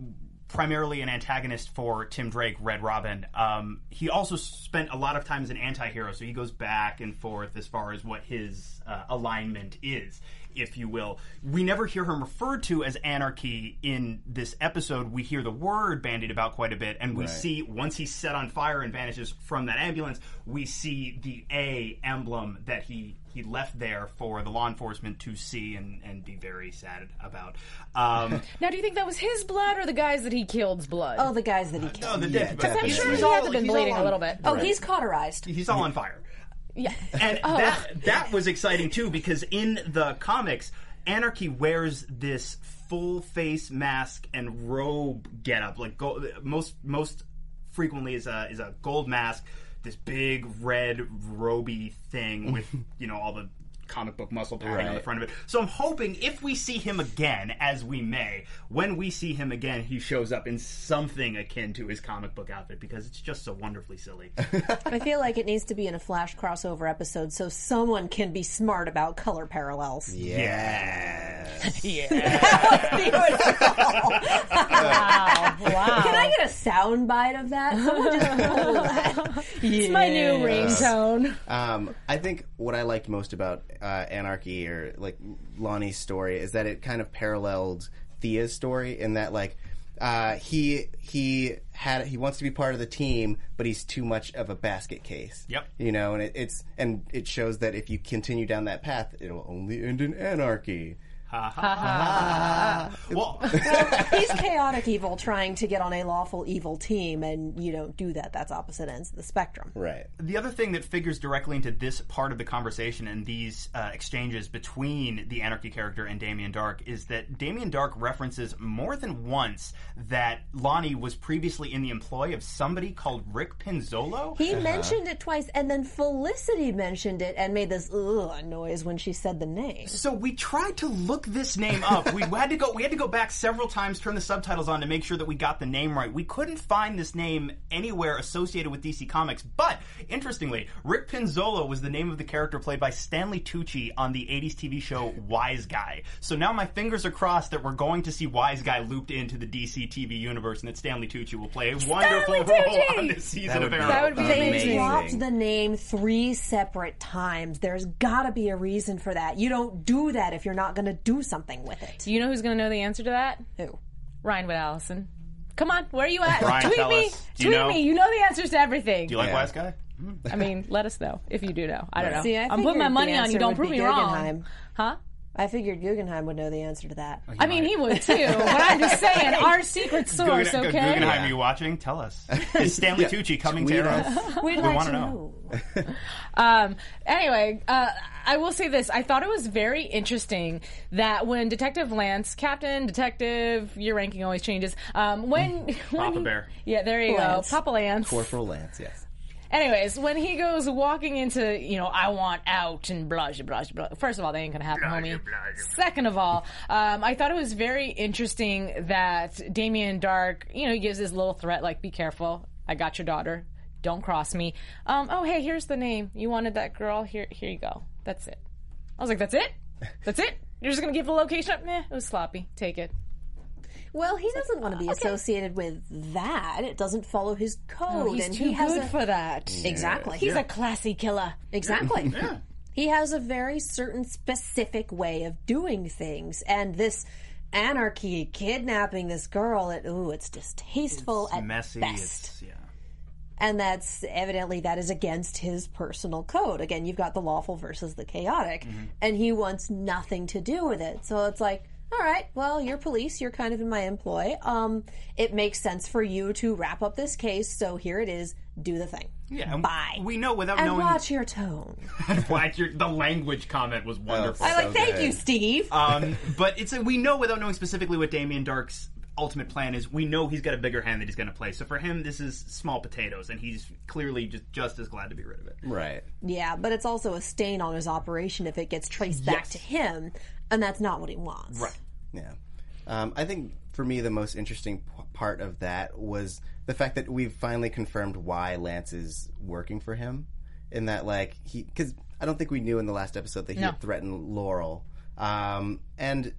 Speaker 2: Primarily an antagonist for Tim Drake, Red Robin. Um, he also spent a lot of time as an anti-hero, so he goes back and forth as far as what his uh, alignment is if you will. We never hear him referred to as anarchy in this episode. We hear the word bandied about quite a bit, and we see once he's set on fire and vanishes from that ambulance, we see the A emblem that he he left there for the law enforcement to see and, and be very sad about. Um,
Speaker 1: Now, do you think that was his blood or the guys that he killed's blood?
Speaker 4: Oh, the guys that he killed.
Speaker 2: no, the dead-
Speaker 3: definitely.
Speaker 1: I'm sure
Speaker 3: He's
Speaker 1: he
Speaker 2: all-
Speaker 1: had to been
Speaker 2: he's all
Speaker 1: bleeding a
Speaker 2: on-
Speaker 1: little bit.
Speaker 4: Oh, he's cauterized.
Speaker 2: He's all on fire.
Speaker 1: Yeah.
Speaker 2: and that that was exciting too because in the comics, Anarchy wears this full face mask and robe getup. Like go, most most frequently is a is a gold mask, this big red roby thing with you know all the comic book muscle padding on the
Speaker 3: Right.
Speaker 2: front of it. So I'm hoping if we see him again, as we may, when we see him again, he shows up in something akin to his comic book outfit because it's just so wonderfully silly.
Speaker 4: I feel like it needs to be in a Flash crossover episode so someone can be smart about color parallels.
Speaker 2: yeah.
Speaker 1: Wow. Wow.
Speaker 4: Can I
Speaker 2: Uh-huh.
Speaker 4: get a sound bite of that? Someone just roll that.
Speaker 1: It's my new ringtone.
Speaker 3: Um, I think what I liked most about uh, Anarchy or like Lonnie's story is that it kind of paralleled Thea's story in that like uh, he he had he wants to be part of the team, but he's too much of a basket case.
Speaker 2: Yep.
Speaker 3: You know, and it, it's and it shows that if you continue down that path, it'll only end in anarchy.
Speaker 2: Well,
Speaker 4: He's chaotic evil trying to get on a lawful evil team, and you don't do that. That's opposite ends of the spectrum.
Speaker 3: Right.
Speaker 2: the other thing that figures directly into this part of the conversation and these uh, exchanges between the Anarchy character and Damien Dark is that Damien Dark references more than once that Lonnie was previously in the employ of somebody called Rick Pinzolo.
Speaker 4: He mentioned it twice, and then Felicity mentioned it and made this ugh noise when she said the name.
Speaker 2: so we tried to look this name up. We had to go. We had to go back several times, turn the subtitles on to make sure that we got the name right. We couldn't find this name anywhere associated with DC Comics. But interestingly, Rick Pinzolo was the name of the character played by Stanley Tucci on the '80s TV show Wise Guy. So now my fingers are crossed that we're going to see Wise Guy looped into the DC TV universe, and that Stanley Tucci will play a wonderful role
Speaker 1: Tucci!
Speaker 2: on this season
Speaker 3: would
Speaker 2: of
Speaker 3: be-
Speaker 2: Arrow.
Speaker 3: that would be
Speaker 4: They
Speaker 3: Amazing.
Speaker 4: dropped the name three separate times. There's got to be a reason for that. You don't do that if you're not going to do something with it.
Speaker 1: Do you know who's going to know the answer to that?
Speaker 4: Who?
Speaker 1: Ryan with Allison. Come on, where are you at?
Speaker 2: Ryan,
Speaker 1: Tweet
Speaker 2: tell
Speaker 1: me.
Speaker 2: us. Do
Speaker 1: Tweet
Speaker 2: you know?
Speaker 1: me. You know the answers to everything.
Speaker 2: Do you like
Speaker 3: Yeah.
Speaker 2: Wise Guy?
Speaker 1: I mean, let us know if you do know. I don't know.
Speaker 4: See, I
Speaker 1: am putting my
Speaker 4: figured the
Speaker 1: money on you.
Speaker 4: answer
Speaker 1: Don't
Speaker 4: would
Speaker 1: prove
Speaker 4: be
Speaker 1: me wrong.
Speaker 4: Guggenheim.
Speaker 1: Huh?
Speaker 2: Oh,
Speaker 4: I figured Guggenheim would know the answer to that.
Speaker 1: I mean, he would too. but I'm just saying, our secret source,
Speaker 2: Guggen-
Speaker 1: okay?
Speaker 2: Guggenheim, are you watching? Tell us. Is Stanley Tucci coming to
Speaker 3: Tweet
Speaker 2: Arrow?
Speaker 4: We'd
Speaker 2: We
Speaker 4: like
Speaker 2: wanna
Speaker 4: to
Speaker 2: know.
Speaker 1: Um, anyway, uh, I will say this. I thought it was very interesting that when Detective Lance, Captain, Detective, your ranking always changes. Um, when, when
Speaker 2: Papa
Speaker 1: he-
Speaker 2: Bear.
Speaker 1: Yeah, there you
Speaker 4: Lance.
Speaker 1: go. Papa Lance.
Speaker 3: Corporal Lance, yes.
Speaker 1: Anyways, when he goes walking into, you know, I want out and blah, blah, blah, blah. First of all, that ain't gonna happen, homie. Second of all, um, I thought it was very interesting that Damien Dark, you know, he gives this little threat like, be careful, I got your daughter. Don't cross me. Um, oh hey, here's the name. You wanted that girl. Here, here you go. That's it. I was like, that's it. That's it. You're just gonna give the location up? Meh, it was sloppy. Take it.
Speaker 4: Well, he doesn't want to
Speaker 1: "Uh,
Speaker 4: be associated with that. It doesn't follow his code,
Speaker 1: Oh, He's
Speaker 4: and
Speaker 1: too
Speaker 4: Oh, he has
Speaker 1: good
Speaker 4: a,
Speaker 1: for that.
Speaker 4: Mm. exactly.
Speaker 1: He's a classy killer.
Speaker 4: Exactly. He has a very certain specific way of doing things, and this anarchy kidnapping this girl. It ooh, it's distasteful
Speaker 2: It's
Speaker 4: at
Speaker 2: messy.
Speaker 4: best,
Speaker 2: It's yeah.
Speaker 4: and that's evidently that is against his personal code. Again, you've got the lawful versus the chaotic, and he wants nothing to do with it. So it's like. All right. Well, you're police. You're kind of in my employ. Um, it makes sense for you to wrap up this case. So here it is. Do the thing.
Speaker 2: Yeah, and
Speaker 4: Bye.
Speaker 2: We know without
Speaker 4: And
Speaker 2: knowing.
Speaker 4: watch your tone.
Speaker 2: Watch your- the language comment was wonderful.
Speaker 4: I like.
Speaker 3: So
Speaker 4: Thank
Speaker 3: good.
Speaker 4: you, Steve.
Speaker 2: um, but it's we know without knowing specifically what Damien Dark's ultimate plan is. We know he's got a bigger hand that he's going to play. So for him, this is small potatoes, and he's clearly just just as glad to be rid of it.
Speaker 3: Right.
Speaker 4: Yeah, but it's also a stain on his operation if it gets traced back to him, and that's not what he wants. Right.
Speaker 3: Yeah. Um, I think for me, the most interesting p- part of that was the fact that we've finally confirmed why Lance is working for him. In that, like, he. Because I don't think we knew in the last episode that he had threatened Laurel. Um, and.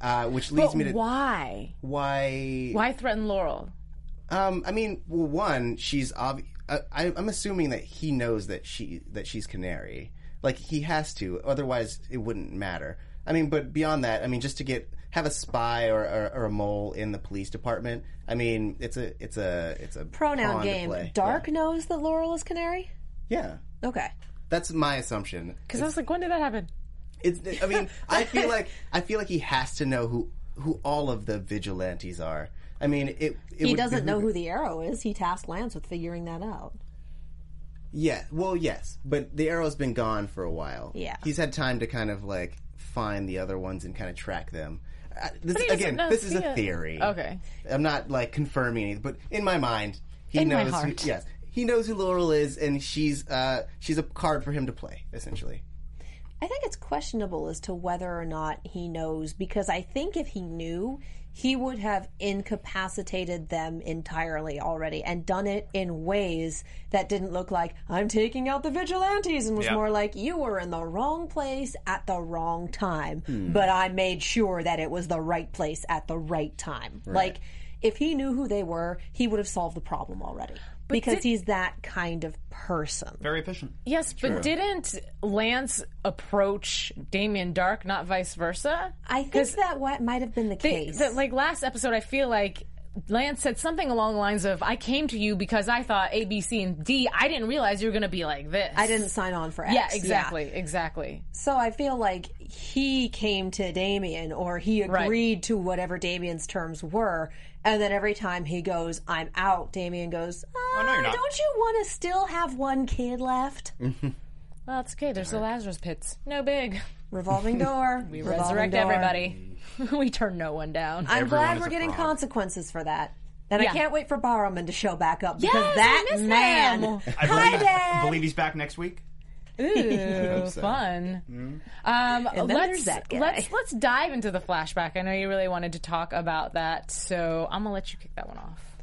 Speaker 3: Uh, which leads me to
Speaker 1: Why?
Speaker 3: why
Speaker 1: Why threaten Laurel?
Speaker 3: Um, I mean, well, one, she's obvi- I, I, I'm assuming that he knows that she that she's Canary. Like he has to, otherwise it wouldn't matter. I mean, but beyond that, I mean, just to get have a spy or, or, or a mole in the police department. I mean, it's a it's a it's a
Speaker 4: Pronoun
Speaker 3: pawn to
Speaker 4: game.
Speaker 3: play.
Speaker 4: Dark knows that Laurel is canary?
Speaker 3: Yeah. Yeah.
Speaker 4: Okay.
Speaker 3: that's my assumption.
Speaker 1: Because I was like, when did that happen?
Speaker 3: It's, I mean, I feel like I feel like he has to know who who all of the vigilantes are. I mean, it. it
Speaker 4: He
Speaker 3: would behoove-
Speaker 4: doesn't know who the arrow is. He tasked Lance with figuring that out.
Speaker 3: Yeah, well, yes, but the arrow's been gone for a while.
Speaker 4: Yeah.
Speaker 3: he's had time to kind of like find the other ones and kind of track them. Uh, this,
Speaker 1: he doesn't
Speaker 3: again,
Speaker 1: know-
Speaker 3: this is
Speaker 1: see
Speaker 3: a
Speaker 1: it.
Speaker 3: theory.
Speaker 1: Okay.
Speaker 3: I'm not like confirming anything, but in my mind, he
Speaker 1: In my
Speaker 3: knows. who-
Speaker 1: heart.
Speaker 3: yes, he knows who Laurel is, and she's uh, she's a card for him to play, essentially.
Speaker 4: I think it's questionable as to whether or not he knows because I think if he knew, he would have incapacitated them entirely already and done it in ways that didn't look like I'm taking out the vigilantes and was more like you were in the wrong place at the wrong time,
Speaker 1: Hmm.
Speaker 4: but I made sure that it was the right place at the right time. Like if he knew who they were, he would have solved the problem already. because
Speaker 1: did-
Speaker 4: he's that kind of person.
Speaker 2: Very efficient.
Speaker 1: Yes, but didn't Lance approach Damien Dark, not vice versa?
Speaker 4: I think that what might have been the
Speaker 1: They-
Speaker 4: case.
Speaker 1: that, like last episode, I feel like Lance said something along the lines of, "I came to you because I thought A, B, C, and D. I didn't realize you were going to be like this.
Speaker 4: I didn't sign on for X.
Speaker 1: Yeah, exactly, exactly.
Speaker 4: So I feel like he came to Damien or he
Speaker 1: Right.
Speaker 4: agreed to whatever Damien's terms were. And then every time he goes, I'm out, Damien goes, ah,
Speaker 2: Oh, no, you're not."
Speaker 4: Don't you want to still have one kid left?
Speaker 1: Well, it's okay. There's the Lazarus pits. No big.
Speaker 4: Revolving door. we
Speaker 1: Resurrect everybody. we turn no one down.
Speaker 4: I'm
Speaker 2: Everyone
Speaker 4: glad
Speaker 2: is
Speaker 4: we're
Speaker 2: a
Speaker 4: getting
Speaker 2: fraud.
Speaker 4: consequences for that. And I
Speaker 1: Yeah.
Speaker 4: can't wait for Barrowman to show back up because
Speaker 1: Yes, I
Speaker 4: that
Speaker 1: miss
Speaker 4: man.
Speaker 1: him.
Speaker 2: I
Speaker 4: Hi,
Speaker 2: believe,
Speaker 4: Dad.
Speaker 2: believe he's back next week.
Speaker 1: Ooh, fun.
Speaker 3: Hmm?
Speaker 1: Um,
Speaker 4: And then
Speaker 1: let's,
Speaker 4: there's that guy.
Speaker 1: let's let's dive into the flashback. I know you really wanted to talk about that, so I'm gonna let you kick that one off.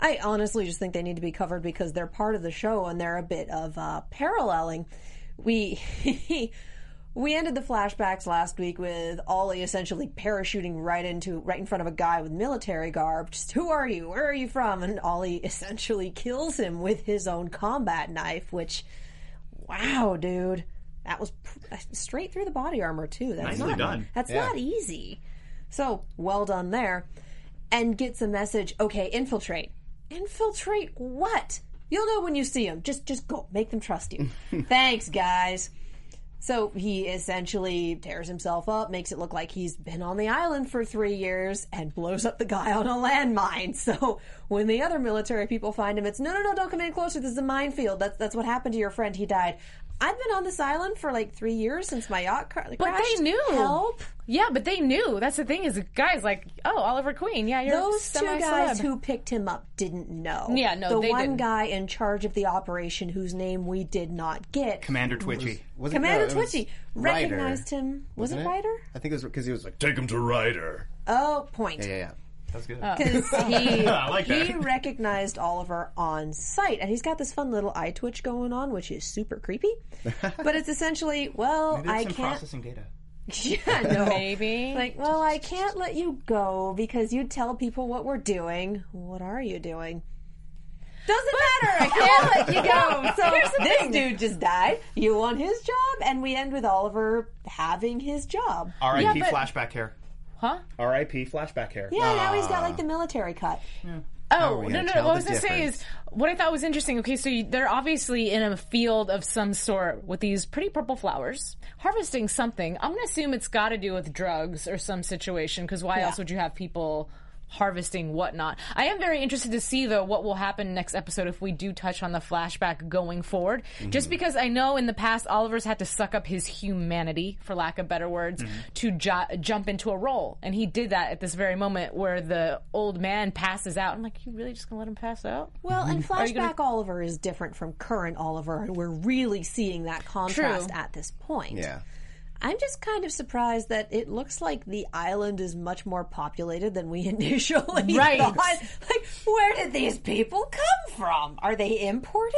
Speaker 4: I honestly just think they need to be covered because they're part of the show and they're a bit of uh, paralleling. We we ended the flashbacks last week with Ollie essentially parachuting right into right in front of a guy with military garb. Just who are you? Where are you from? And Ollie essentially kills him with his own combat knife. Which, wow, dude, that was pr- uh, straight through the body armor too. That's
Speaker 2: Nicely
Speaker 4: not
Speaker 2: done.
Speaker 4: That's not easy. So well done there. And gets a message. Okay, infiltrate. Infiltrate what? You'll know when you see him. Just just go. Make them trust you. Thanks, guys. So he essentially tears himself up, makes it look like he's been on the island for three years, and blows up the guy on a landmine. So when the other military people find him, it's no, no, no, don't come any closer. This is a minefield. That's that's what happened to your friend. He died. I've been on this island for like three years since my yacht cra- crashed.
Speaker 1: But they knew.
Speaker 4: Help!
Speaker 1: Yeah, but they knew. That's the thing is, the guys like, oh, Oliver Queen. Yeah, you're
Speaker 4: Those two
Speaker 1: semi-celeb.
Speaker 4: guys who picked him up didn't know.
Speaker 1: Yeah, no,
Speaker 4: the
Speaker 1: they
Speaker 4: one
Speaker 1: didn't.
Speaker 4: guy in charge of the operation whose name we did not get,
Speaker 2: Commander Twitchy.
Speaker 3: Was it-
Speaker 4: Commander
Speaker 3: no, it was
Speaker 4: Twitchy,
Speaker 3: Ryder,
Speaker 4: recognized him. Was
Speaker 3: wasn't
Speaker 4: it Ryder?
Speaker 3: I think it was because he was like, "Take him to Ryder."
Speaker 4: Oh, point.
Speaker 3: Yeah, yeah.
Speaker 2: That's good.
Speaker 4: because he
Speaker 2: I like that.
Speaker 4: he recognized Oliver on sight, and he's got this fun little eye twitch going on, which is super creepy. but it's essentially, well,
Speaker 2: Maybe it's
Speaker 4: I
Speaker 2: some
Speaker 4: can't.
Speaker 2: processing data.
Speaker 4: Yeah, no.
Speaker 1: Maybe.
Speaker 4: Like, well, I can't let you go because you tell people what we're doing. What are you doing? Doesn't matter. I can't let you go. So this dude just died. You want his job, and we end with Oliver having his job.
Speaker 1: Uh,
Speaker 2: R.I.P.
Speaker 1: but-
Speaker 2: flashback hair.
Speaker 1: Huh?
Speaker 2: R.I.P. flashback hair.
Speaker 4: Yeah, now he's got like the military cut.
Speaker 1: Oh,
Speaker 3: we
Speaker 1: no, no,
Speaker 3: gonna
Speaker 1: no.
Speaker 3: tell
Speaker 1: What I
Speaker 3: the
Speaker 1: was going to say
Speaker 3: difference?
Speaker 1: is what I thought was interesting. Okay, so you, they're obviously in a field of some sort with these pretty purple flowers, harvesting something. I'm going to assume it's got to do with drugs or some situation because why else would you have people harvesting whatnot? I am very interested to see, though, what will happen next episode if we do touch on the flashback going forward. Just because I know in the past Oliver's had to suck up his humanity, for lack of better words, to ju- jump into a role. And he did that at this very moment where the old man passes out. I'm like, you really just going to let him pass out?
Speaker 4: Well, and
Speaker 1: you gonna-
Speaker 4: flashback Oliver is different from current Oliver, and we're really seeing that contrast
Speaker 1: True.
Speaker 4: at this point.
Speaker 3: Yeah.
Speaker 4: I'm just kind of surprised that it looks like the island is much more populated than we initially
Speaker 1: Right.
Speaker 4: thought. Like, where did these people come from? Are they imported?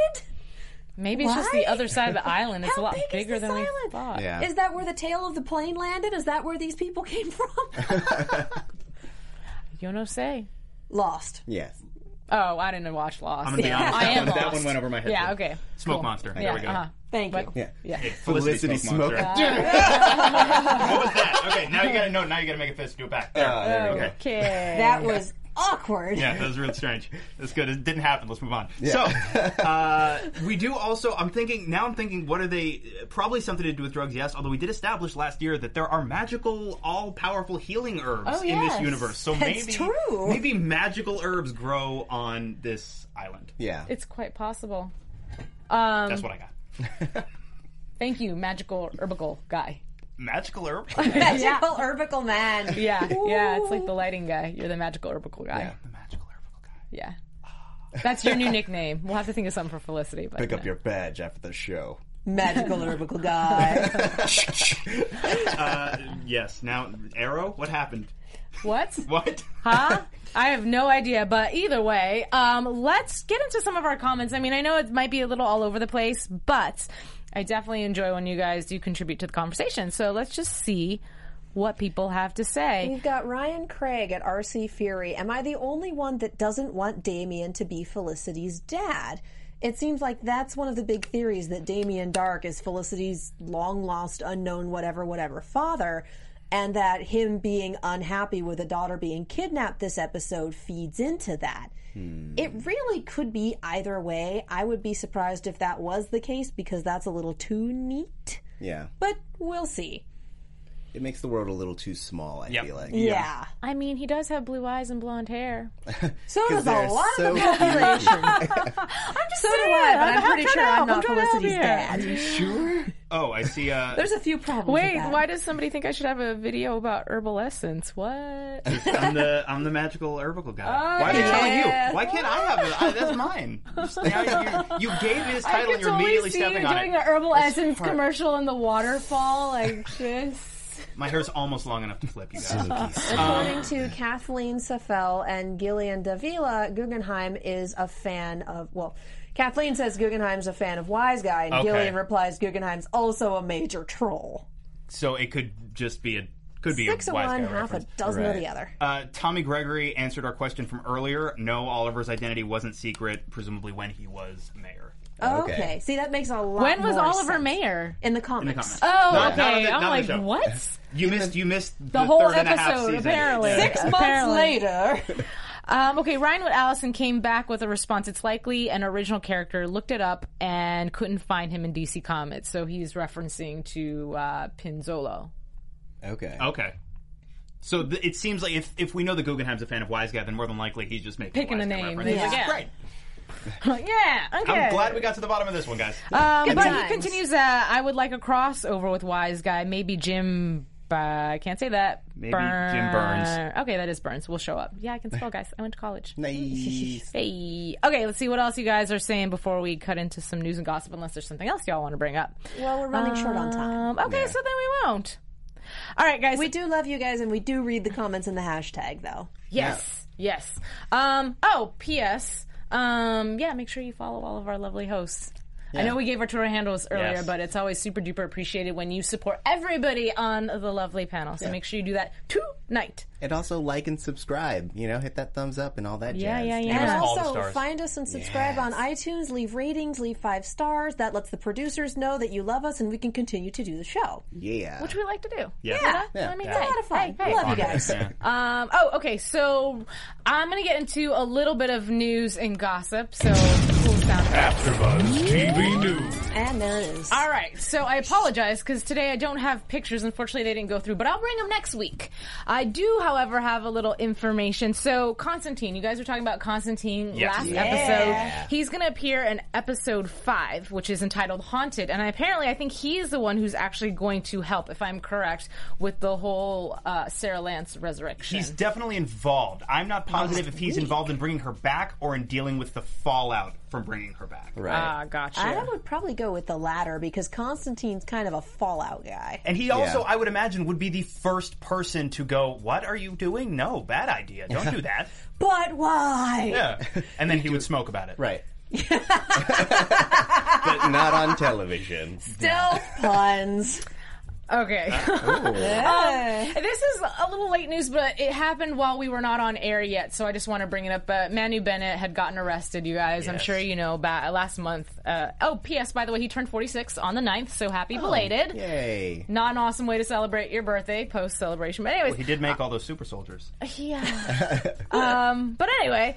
Speaker 1: Maybe it's just
Speaker 4: Why?
Speaker 1: the other side of the island. It's
Speaker 4: How
Speaker 1: a lot
Speaker 4: big is
Speaker 1: bigger
Speaker 4: this
Speaker 1: than
Speaker 4: island?
Speaker 1: we thought.
Speaker 3: Yeah.
Speaker 4: Is that where the tail of the plane landed? Is that where these people came from?
Speaker 1: You know, say.
Speaker 4: Lost.
Speaker 3: Yes.
Speaker 1: Oh, I didn't watch Lost.
Speaker 2: I'm gonna be
Speaker 1: Yeah.
Speaker 2: honest.
Speaker 1: I
Speaker 2: That
Speaker 1: am
Speaker 2: one, that
Speaker 1: lost.
Speaker 2: one went over my head.
Speaker 1: Yeah,
Speaker 2: too.
Speaker 1: okay.
Speaker 2: Smoke
Speaker 1: Cool.
Speaker 2: monster.
Speaker 1: Yeah,
Speaker 2: There we go.
Speaker 1: uh-huh.
Speaker 4: Thank you.
Speaker 3: Yeah.
Speaker 2: Felicity,
Speaker 3: Felicity
Speaker 2: smoke
Speaker 3: Smoker.
Speaker 2: monster. what was that? Okay, now you gotta know. Now you gotta make a fist. Do it back. There.
Speaker 3: Ah, there
Speaker 1: Oh.
Speaker 3: we go.
Speaker 1: Okay.
Speaker 4: That was awkward.
Speaker 2: Yeah, that was real strange. That's good. It didn't happen. Let's move on. So, uh, we do also. I'm thinking now. I'm thinking, what are they? Probably something to do with drugs. Yes. Although we did establish last year that there are magical, all-powerful healing herbs
Speaker 1: Oh,
Speaker 2: in
Speaker 1: yes.
Speaker 2: this universe. So
Speaker 4: That's
Speaker 2: maybe,
Speaker 4: true.
Speaker 2: maybe magical herbs grow on this island.
Speaker 3: Yeah.
Speaker 1: It's quite possible.
Speaker 2: That's what I got.
Speaker 1: Thank you, magical herbical guy.
Speaker 2: Magical herb.
Speaker 4: Magical herbical man.
Speaker 1: Yeah, yeah. It's like the lighting guy. You're the magical herbical guy.
Speaker 2: the magical herbical guy.
Speaker 1: Yeah. That's your new nickname. We'll have to think of something for Felicity. But
Speaker 3: Pick up your badge after the show.
Speaker 4: Magical herbical guy.
Speaker 2: Yes. Now, arrow. What happened?
Speaker 1: what?
Speaker 2: What?
Speaker 1: huh? I have no idea, but either way, um, let's get into some of our comments. I mean, I know it might be a little all over the place, but I definitely enjoy when you guys do contribute to the conversation. So let's just see what people have to say.
Speaker 4: We've got Ryan Craig at RC Fury. Am I the only one that doesn't want Damien to be Felicity's dad? It seems like that's one of the big theories that Damien Dark is Felicity's long lost, unknown, whatever, whatever father, and that him being unhappy with a daughter being kidnapped this episode feeds into that.
Speaker 3: Hmm.
Speaker 4: It really could be either way. I would be surprised if that was the case because that's a little too neat,
Speaker 3: Yeah.
Speaker 4: but we'll see.
Speaker 3: It makes the world a little too small, I
Speaker 2: Yep.
Speaker 3: feel like.
Speaker 4: Yeah.
Speaker 1: I mean, he does have blue eyes and blonde hair.
Speaker 4: So does a
Speaker 3: They're
Speaker 4: lot
Speaker 3: so
Speaker 4: of the
Speaker 3: cute.
Speaker 4: So do I, but I'm,
Speaker 1: I'm
Speaker 4: pretty
Speaker 1: trying
Speaker 4: sure
Speaker 1: to
Speaker 4: I'm
Speaker 1: help. I'm
Speaker 4: not
Speaker 1: trying to help
Speaker 4: Felicity's
Speaker 1: here.
Speaker 4: dad.
Speaker 2: Oh, I see. Uh,
Speaker 4: There's a few problems. with
Speaker 1: Wait,
Speaker 4: that.
Speaker 1: why does somebody think I should have a video about herbal essence? What?
Speaker 2: I'm the I'm the magical herbical guy. Why am I telling
Speaker 1: Ah, yeah.
Speaker 2: you? Why can't I have it? I, that's mine. Just now you, you gave me this
Speaker 1: I
Speaker 2: title
Speaker 1: could
Speaker 2: and you're
Speaker 1: totally
Speaker 2: immediately
Speaker 1: see you
Speaker 2: stepping on
Speaker 1: doing
Speaker 2: it.
Speaker 1: a herbal essence commercial in the waterfall, like just.
Speaker 2: My hair's almost long enough to flip you guys.
Speaker 4: According to Kathleen Safel and Gillian Davila, Guggenheim is a fan of, well, Kathleen says Guggenheim's a fan of Wise Guy, and
Speaker 2: Okay.
Speaker 4: Gillian replies Guggenheim's also a major troll.
Speaker 2: so it could just be a could be
Speaker 4: Six
Speaker 2: a
Speaker 4: of
Speaker 2: wise
Speaker 4: one,
Speaker 2: guy
Speaker 4: half
Speaker 2: reference.
Speaker 4: a dozen of the
Speaker 3: Right.
Speaker 4: other.
Speaker 2: Uh, Tommy Gregory answered our question from earlier. No, Oliver's identity wasn't secret, presumably when he was mayor.
Speaker 4: okay.
Speaker 3: okay.
Speaker 4: see that makes a lot.
Speaker 1: When was
Speaker 4: more
Speaker 1: Oliver
Speaker 4: sense.
Speaker 1: mayor?
Speaker 4: In the
Speaker 2: comments.
Speaker 4: comics.
Speaker 1: Oh,
Speaker 2: Not- not on
Speaker 1: okay.
Speaker 2: the- not
Speaker 1: I'm
Speaker 2: on
Speaker 1: like,
Speaker 2: the show.
Speaker 1: what?
Speaker 2: You missed you missed the,
Speaker 1: The whole
Speaker 2: third and a half
Speaker 1: episode,
Speaker 2: season.
Speaker 1: apparently.
Speaker 2: Yeah.
Speaker 4: Six months
Speaker 1: Apparently.
Speaker 4: later.
Speaker 1: Um, okay, Ryan Wood Allison came back with a response. It's likely an original character looked it up and couldn't find him in DC Comics, so he's referencing to uh, Pinzolo.
Speaker 3: Okay.
Speaker 2: Okay. So th- it seems like if, if we know that Guggenheim's a fan of Wise Guy, then more than likely he's just making
Speaker 1: Picking
Speaker 2: a
Speaker 1: a
Speaker 2: Wise Guy
Speaker 1: name.
Speaker 2: reference.
Speaker 1: Yeah.
Speaker 2: Which is
Speaker 1: Yeah.
Speaker 2: great.
Speaker 1: yeah, okay.
Speaker 2: I'm glad we got to the bottom of this one, guys.
Speaker 1: Um, but
Speaker 4: times.
Speaker 1: he continues. Uh, I would like a crossover with Wise Guy. Maybe Jim. Uh, I can't say that.
Speaker 2: Maybe Jim Burns.
Speaker 1: Okay, that is Burns. We'll show up. Yeah, I can spell, guys. I went to college.
Speaker 3: Nice.
Speaker 1: Hey. Okay, let's see what else you guys are saying before we cut into some news and gossip. Unless there's something else y'all want to bring up.
Speaker 4: well, we're running short on time.
Speaker 1: Um, okay, so then we won't. All right, guys.
Speaker 4: We do love you guys, and we do read the comments and the hashtag, though.
Speaker 1: yes. Yes. Um, oh, P.S. Um, yeah, make sure you follow all of our lovely hosts. I know we gave our Twitter handles earlier,
Speaker 2: Yes.
Speaker 1: but it's always super duper appreciated when you support everybody on the lovely panel. So make sure you do that tonight.
Speaker 3: And also like and subscribe. You know, hit that thumbs up and all that
Speaker 1: Yeah,
Speaker 3: jazz.
Speaker 1: yeah, yeah.
Speaker 4: And
Speaker 1: us
Speaker 6: all the
Speaker 4: also
Speaker 6: stars.
Speaker 4: find us and subscribe on iTunes, leave ratings, leave five stars. That lets the producers know that you love us and we can continue to do the show.
Speaker 3: Yeah.
Speaker 1: Which we like to do. Yeah.
Speaker 3: Yeah.
Speaker 1: I mean,
Speaker 4: It's a lot of fun.
Speaker 1: Hey, hey.
Speaker 4: Love you guys.
Speaker 1: Um, oh, okay. So I'm going to get into a little bit of news and gossip. So cool sound.
Speaker 7: AfterBuzz TV News.
Speaker 4: And there it is.
Speaker 1: All right, so I apologize because today I don't have pictures. Unfortunately, they didn't go through, but I'll bring them next week. I do, however, have a little information. So, Constantine, you guys were talking about Constantine
Speaker 6: Yes.
Speaker 1: last
Speaker 6: Yeah.
Speaker 1: episode. He's going to appear in episode five, which is entitled Haunted. And I, apparently, I think he is the one who's actually going to help, if I'm correct, with the whole uh, Sarah Lance resurrection.
Speaker 2: He's definitely involved. I'm not positive if he's involved in bringing her back or in dealing with the fallout from bringing her back.
Speaker 3: Right.
Speaker 1: Ah, gotcha.
Speaker 4: I would probably go with the latter because Constantine's kind of a fallout guy.
Speaker 2: And he also,
Speaker 3: Yeah.
Speaker 2: I would imagine, would be the first person to go, "What are you doing? No, bad idea. Don't do that."
Speaker 4: But why?
Speaker 2: Yeah. And then he would smoke about it.
Speaker 3: right. but not on television.
Speaker 4: Still puns.
Speaker 1: Okay. Um, this is a little late news, but it happened while we were not on air yet, so I just want to bring it up. But Manu Bennett had gotten arrested, you guys. I'm
Speaker 6: Yes.
Speaker 1: sure you know ba- last month. Uh, oh, P.S. By the way, he turned 46 on the 9th, so happy belated.
Speaker 3: Yay.
Speaker 1: Not an awesome way to celebrate your birthday post celebration. But, anyways,
Speaker 2: He did make all those super soldiers.
Speaker 1: yeah. um, but anyway,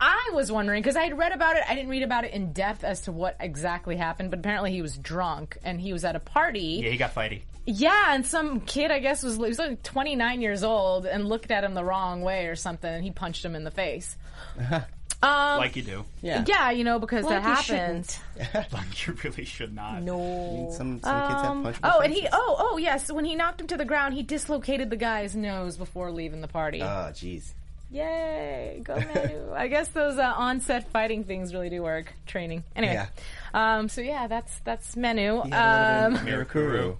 Speaker 1: I was wondering because I had read about it. I didn't read about it in depth as to what exactly happened, but apparently he was drunk and he was at a party.
Speaker 2: Yeah, he got fighty.
Speaker 1: Yeah, and some kid, I guess, was, he was like 29 years old and looked at him the wrong way or something, and he punched him in the face. Um,
Speaker 2: Like you do.
Speaker 1: yeah. you know, because that
Speaker 4: Like you
Speaker 1: happens.
Speaker 2: Like you really should not.
Speaker 4: No.
Speaker 3: Some, some kids have punch.
Speaker 1: Oh, and he, oh, oh, yes, when he knocked him to the ground, he dislocated the guy's nose before leaving the party.
Speaker 3: Oh, jeez.
Speaker 1: Yay, go Manu. I guess those uh, on-set fighting things really do work, training. Anyway,
Speaker 3: Yeah.
Speaker 1: um, so yeah, that's, that's Manu.
Speaker 3: Yeah,
Speaker 1: um,
Speaker 3: a little bit of Mirakuru.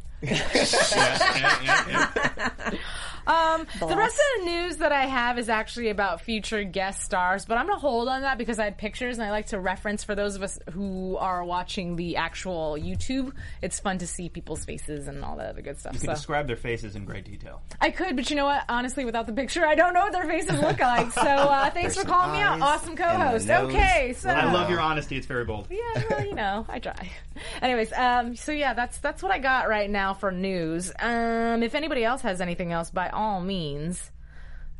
Speaker 1: The rest of the news that I have is actually about future guest stars, but I'm gonna hold on that because I had pictures and I like to reference for those of us who are watching the actual YouTube. It's fun to see people's faces and all that other good stuff.
Speaker 2: You
Speaker 1: So
Speaker 2: describe their faces in great detail.
Speaker 1: I could, but you know what? Honestly, without the picture, I don't know what their faces look like. So uh, thanks for
Speaker 3: There's
Speaker 1: calling me out,
Speaker 3: eyes
Speaker 1: awesome
Speaker 3: and the
Speaker 1: co-host.
Speaker 3: nose.
Speaker 1: Okay, so
Speaker 2: I love your honesty. It's very bold.
Speaker 1: yeah, well, you know, I try. Anyways, um, so yeah, that's that's what I got right now for news. Um, if anybody else has anything else, by all means,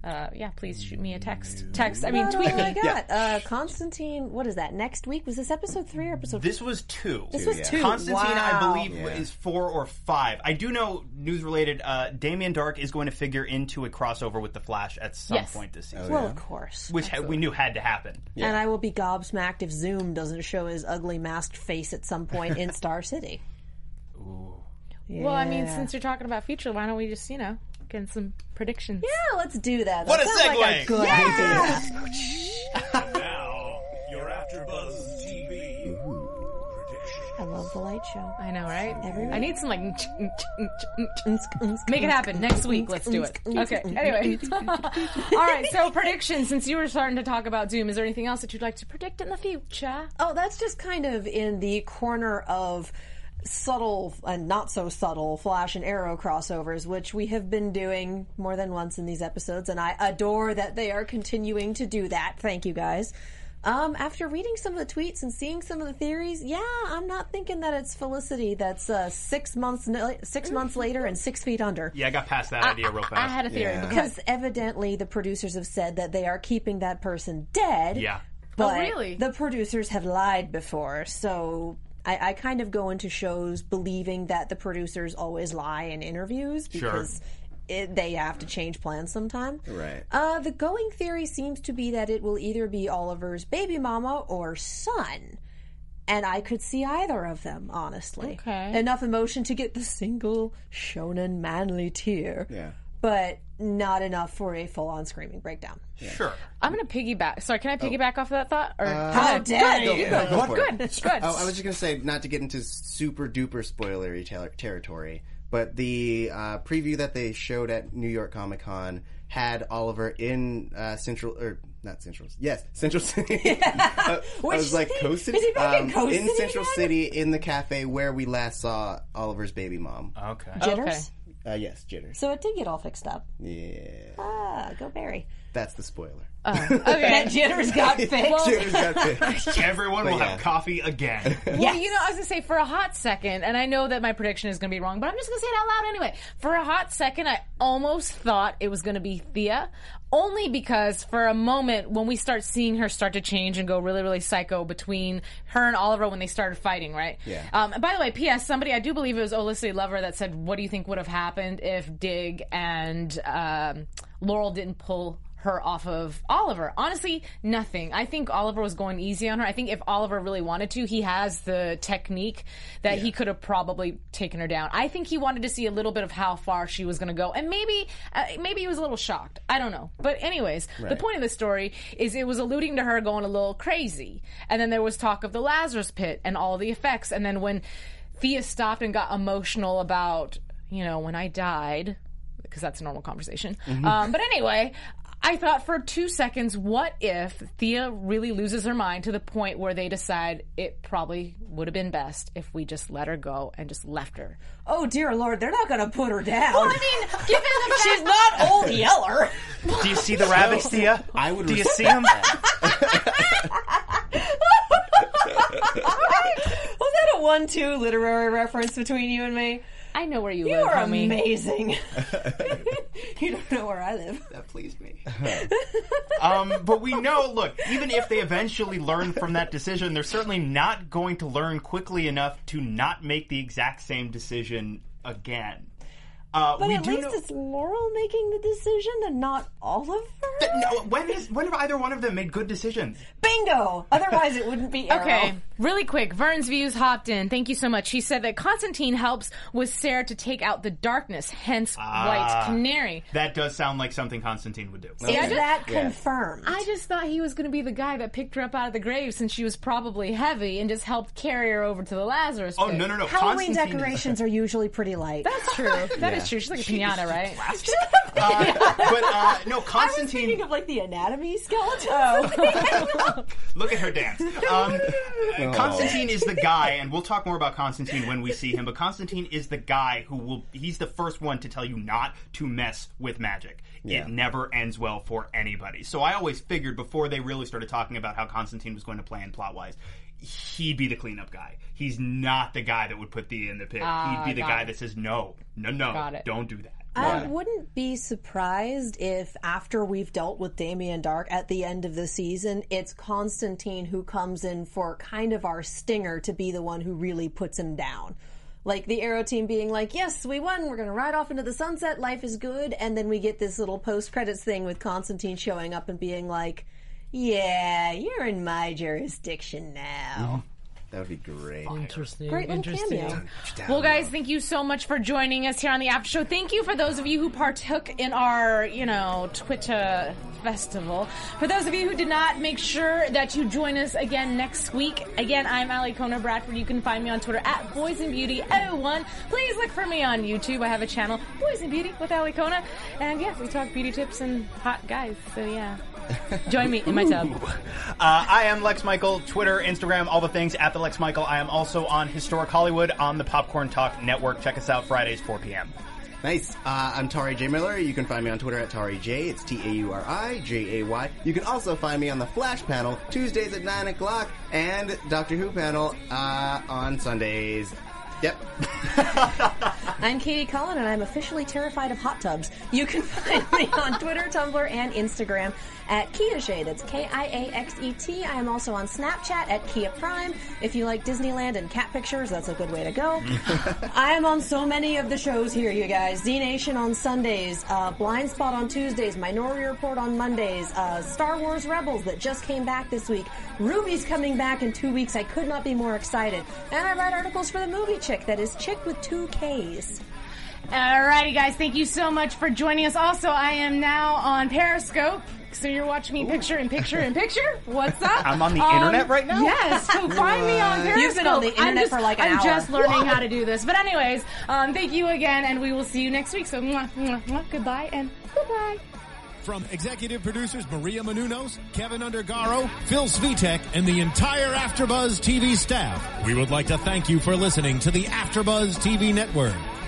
Speaker 1: uh, yeah, please shoot me a text. Text, I mean, tweet
Speaker 4: Oh my
Speaker 1: me.
Speaker 4: god. Uh, Constantine, what is that? Next week? Was this episode three or episode
Speaker 2: This was two.
Speaker 4: This was
Speaker 3: yeah.
Speaker 4: two.
Speaker 2: Constantine, I
Speaker 4: Wow.
Speaker 2: believe,
Speaker 3: Yeah.
Speaker 2: is four or five. I do know news related. Uh, Damien Dark is going to figure into a crossover with the Flash at some
Speaker 1: Yes.
Speaker 2: point
Speaker 3: Oh,
Speaker 2: this season,
Speaker 4: Well, of course.
Speaker 2: which ha- we knew had to happen.
Speaker 4: And I will be gobsmacked if Zoom doesn't show his ugly masked face at some point in Star City.
Speaker 1: Well, I mean, since you're talking about future, why don't we just you know get some predictions?
Speaker 4: Yeah, let's do that.
Speaker 2: What
Speaker 4: That
Speaker 2: a
Speaker 4: sounds Like
Speaker 2: segue.
Speaker 4: a good idea.
Speaker 6: Now, your AfterBuzz TV
Speaker 4: I
Speaker 6: prediction.
Speaker 4: love the light show.
Speaker 1: I know, right?
Speaker 4: Every
Speaker 1: I
Speaker 4: week.
Speaker 1: need some like. Make it happen next week. Let's do it. Okay. Anyway, all right. So predictions. Since you were starting to talk about Zoom, is there anything else that you'd like to predict in the future?
Speaker 4: Oh, that's just kind of in the corner of subtle and not so subtle flash and arrow crossovers, which we have been doing more than once in these episodes, and I adore that they are continuing to do that. Thank you guys. Um, after reading some of the tweets and seeing some of the theories, yeah, I'm not thinking that it's Felicity that's uh, six months n- six months later and six feet under.
Speaker 2: Yeah, I got past that idea real fast.
Speaker 1: I had a theory.
Speaker 3: Yeah.
Speaker 1: because-
Speaker 4: Because evidently the producers have said that they are keeping that person dead.
Speaker 2: yeah.
Speaker 4: But
Speaker 1: Oh, really?
Speaker 4: the producers have lied before, so I, I kind of go into shows believing that the producers always lie in interviews because it, they have to change plans sometime.
Speaker 3: Right.
Speaker 4: Uh, the going theory seems to be that it will either be Oliver's baby mama or son. And I could see either of them, honestly.
Speaker 1: Okay.
Speaker 4: Enough emotion to get the single shonen manly tear,
Speaker 3: Yeah.
Speaker 4: but not enough for a full on screaming breakdown.
Speaker 2: Sure.
Speaker 1: I'm gonna piggyback. Sorry,
Speaker 3: Oh.
Speaker 1: can I piggyback off of that thought? Or
Speaker 3: Uh,
Speaker 4: How dare you?
Speaker 3: Go for
Speaker 1: good,
Speaker 3: it.
Speaker 1: good.
Speaker 3: Oh, I was just gonna say not to get into super duper spoilery ter- territory, but the uh, preview that they showed at New York Comic Con had Oliver in uh, Central or not Central. Yes, Central City. I, I
Speaker 4: Which
Speaker 3: was like
Speaker 4: city?
Speaker 3: Coast City.
Speaker 4: Is he back in Coast
Speaker 3: in
Speaker 4: City
Speaker 3: Central
Speaker 4: again?
Speaker 3: City in the cafe where we last saw Oliver's baby mom.
Speaker 2: Okay.
Speaker 4: Jitters.
Speaker 1: Okay.
Speaker 3: Uh, yes, jitters.
Speaker 4: So it did get all fixed up.
Speaker 3: Yeah,
Speaker 4: Ah, go Barry.
Speaker 3: that's the spoiler.
Speaker 4: Uh. That jitters got fixed.
Speaker 3: jitters got fixed.
Speaker 2: Everyone will
Speaker 3: But
Speaker 2: have
Speaker 3: yeah.
Speaker 2: coffee again.
Speaker 1: Well, you know, I was gonna say for a hot second, and I know that my prediction is gonna be wrong, but I'm just gonna say it out loud anyway. For a hot second, I almost thought it was gonna be Thea, only because for a moment when we start seeing her start to change and go really, really psycho between her and Oliver when they started fighting, right?
Speaker 3: Yeah.
Speaker 1: Um, and by the way, P.S. Somebody I do believe it was Olicity Lover that said, "What do you think would have happened if Dig and um, Laurel didn't pull?" her off of Oliver. Honestly, nothing. I think Oliver was going easy on her. I think if Oliver really wanted to, he has the technique that he could have probably taken her down. I think he wanted to see a little bit of how far she was going to go, and maybe, uh, maybe he was a little shocked. I don't know. But anyways, the point of the story is it was alluding to her going a little crazy, and then there was talk of the Lazarus Pit and all the effects, and then when Thea stopped and got emotional about, you know, when I died, because that's a normal conversation.
Speaker 4: Mm-hmm.
Speaker 1: Um, but anyway, I thought for two seconds, what if Thea really loses her mind to the point where they decide it probably would have been best if we just let her go and just left her?
Speaker 4: Oh dear lord, they're not gonna put her down.
Speaker 1: I mean, given the
Speaker 4: she's not old Yeller.
Speaker 2: Do you see the rabbits, Thea?
Speaker 3: I would.
Speaker 2: Do you
Speaker 3: respect
Speaker 2: see them?
Speaker 4: Was that a one-two literary reference between you and me?
Speaker 1: I know where you,
Speaker 4: You
Speaker 1: live,
Speaker 4: are
Speaker 1: homie.
Speaker 4: amazing. you don't know where I live.
Speaker 2: That pleased me. um, but we know, look, even if they eventually learn from that decision, they're certainly not going to learn quickly enough to not make the exact same decision again. Uh,
Speaker 4: But
Speaker 2: we
Speaker 4: at
Speaker 2: do
Speaker 4: least
Speaker 2: know-
Speaker 4: it's Laurel making the decision and not Oliver.
Speaker 2: No, when is when have either one of them made good decisions?
Speaker 4: Bingo! Otherwise, it wouldn't be Arrow.
Speaker 1: Okay, really quick. Vern's views hopped in. Thank you so much. He said that Constantine helps with Sarah to take out the darkness, hence
Speaker 2: Ah.
Speaker 1: White Canary.
Speaker 2: That does sound like something Constantine would do.
Speaker 4: Is that
Speaker 3: Yeah.
Speaker 4: confirmed?
Speaker 1: I just thought he was going to be the guy that picked her up out of the grave since she was probably heavy and just helped carry her over to the Lazarus.
Speaker 2: Oh
Speaker 1: pit.
Speaker 2: no no no!
Speaker 4: Halloween
Speaker 2: Constantine is-
Speaker 4: decorations are usually pretty light.
Speaker 1: That's true. That is true. She's like a pinata, right?
Speaker 2: Uh, but uh, no, Constantine.
Speaker 4: Speaking of like the anatomy skeleton. Oh.
Speaker 2: Look at her dance. Um, Constantine is the guy, and we'll talk more about Constantine when we see him. But Constantine is the guy who will—he's the first one to tell you not to mess with magic.
Speaker 3: Yeah.
Speaker 2: It never ends well for anybody. So I always figured before they really started talking about how Constantine was going to plan plot-wise, he'd be the cleanup guy. He's not the guy that would put Thea in the pit. he'd be the
Speaker 1: Ah, got
Speaker 2: guy
Speaker 1: it.
Speaker 2: that says no, no, no,
Speaker 1: Got it.
Speaker 2: don't do that.
Speaker 4: I wouldn't be surprised if after we've dealt with Damien Dark at the end of the season, it's Constantine who comes in for kind of our stinger to be the one who really puts him down. Like the Arrow team being like, yes, we won. We're going to ride off into the sunset. Life is good. And then we get this little post credits thing with Constantine showing up and being like, yeah, you're in my jurisdiction now.
Speaker 3: That would be great.
Speaker 8: Interesting.
Speaker 4: Great little
Speaker 8: interesting.
Speaker 4: cameo.
Speaker 1: Well, guys, thank you so much for joining us here on the After Show. Thank you for those of you who partook in our, you know, Twitter festival. For those of you who did not, make sure that you join us again next week. Again, I'm Ali Kona Bradford. You can find me on Twitter at Boys and Beauty 01. Please look for me on YouTube. I have a channel, Boys and Beauty with Ali Kona. And yeah, we talk beauty tips and hot guys. So yeah, join me in my tub.
Speaker 2: Uh, I am Lex Michael, Twitter, Instagram, all the things at the Lex Michael. I am also on Historic Hollywood on the Popcorn Talk Network. Check us out Fridays, 4 p.m.
Speaker 3: Nice. Uh, I'm Tari J. Miller. You can find me on Twitter at Tari J. It's T A U R I J A Y. You can also find me on the Flash panel Tuesdays at 9 o'clock and Doctor Who panel uh, on Sundays. Yep.
Speaker 4: I'm Katie Cullen, and I'm officially terrified of hot tubs. You can find me on Twitter, Tumblr, and Instagram at Kiaxet. That's K-I-A-X-E-T. E I am also on Snapchat at Kia Prime. If you like Disneyland and cat pictures, that's a good way to go. I am on so many of the shows here, you guys. Z Nation on Sundays, uh, Blind Spot on Tuesdays, Minority Report on Mondays, uh, Star Wars Rebels that just came back this week. Ruby's coming back in two weeks. I could not be more excited. And I write articles for the movie Chick. That is Chick with two Ks.
Speaker 1: Alrighty, guys, thank you so much for joining us. Also, I am now on Periscope. So you're watching me picture in picture in picture. What's up? Um,
Speaker 2: I'm on the internet right now?
Speaker 1: Yes. So find me on Periscope.
Speaker 4: You've been on the
Speaker 1: I'm
Speaker 4: internet
Speaker 1: just,
Speaker 4: for like an
Speaker 1: I'm
Speaker 4: hour.
Speaker 1: just learning how to do this. But anyways, um, thank you again, and we will see you next week. So mwah, mwah, mwah, goodbye and goodbye.
Speaker 7: From executive producers Maria Manunos, Kevin Undergaro, Phil Svitek, and the entire Afterbuzz TV staff, we would like to thank you for listening to the Afterbuzz TV network.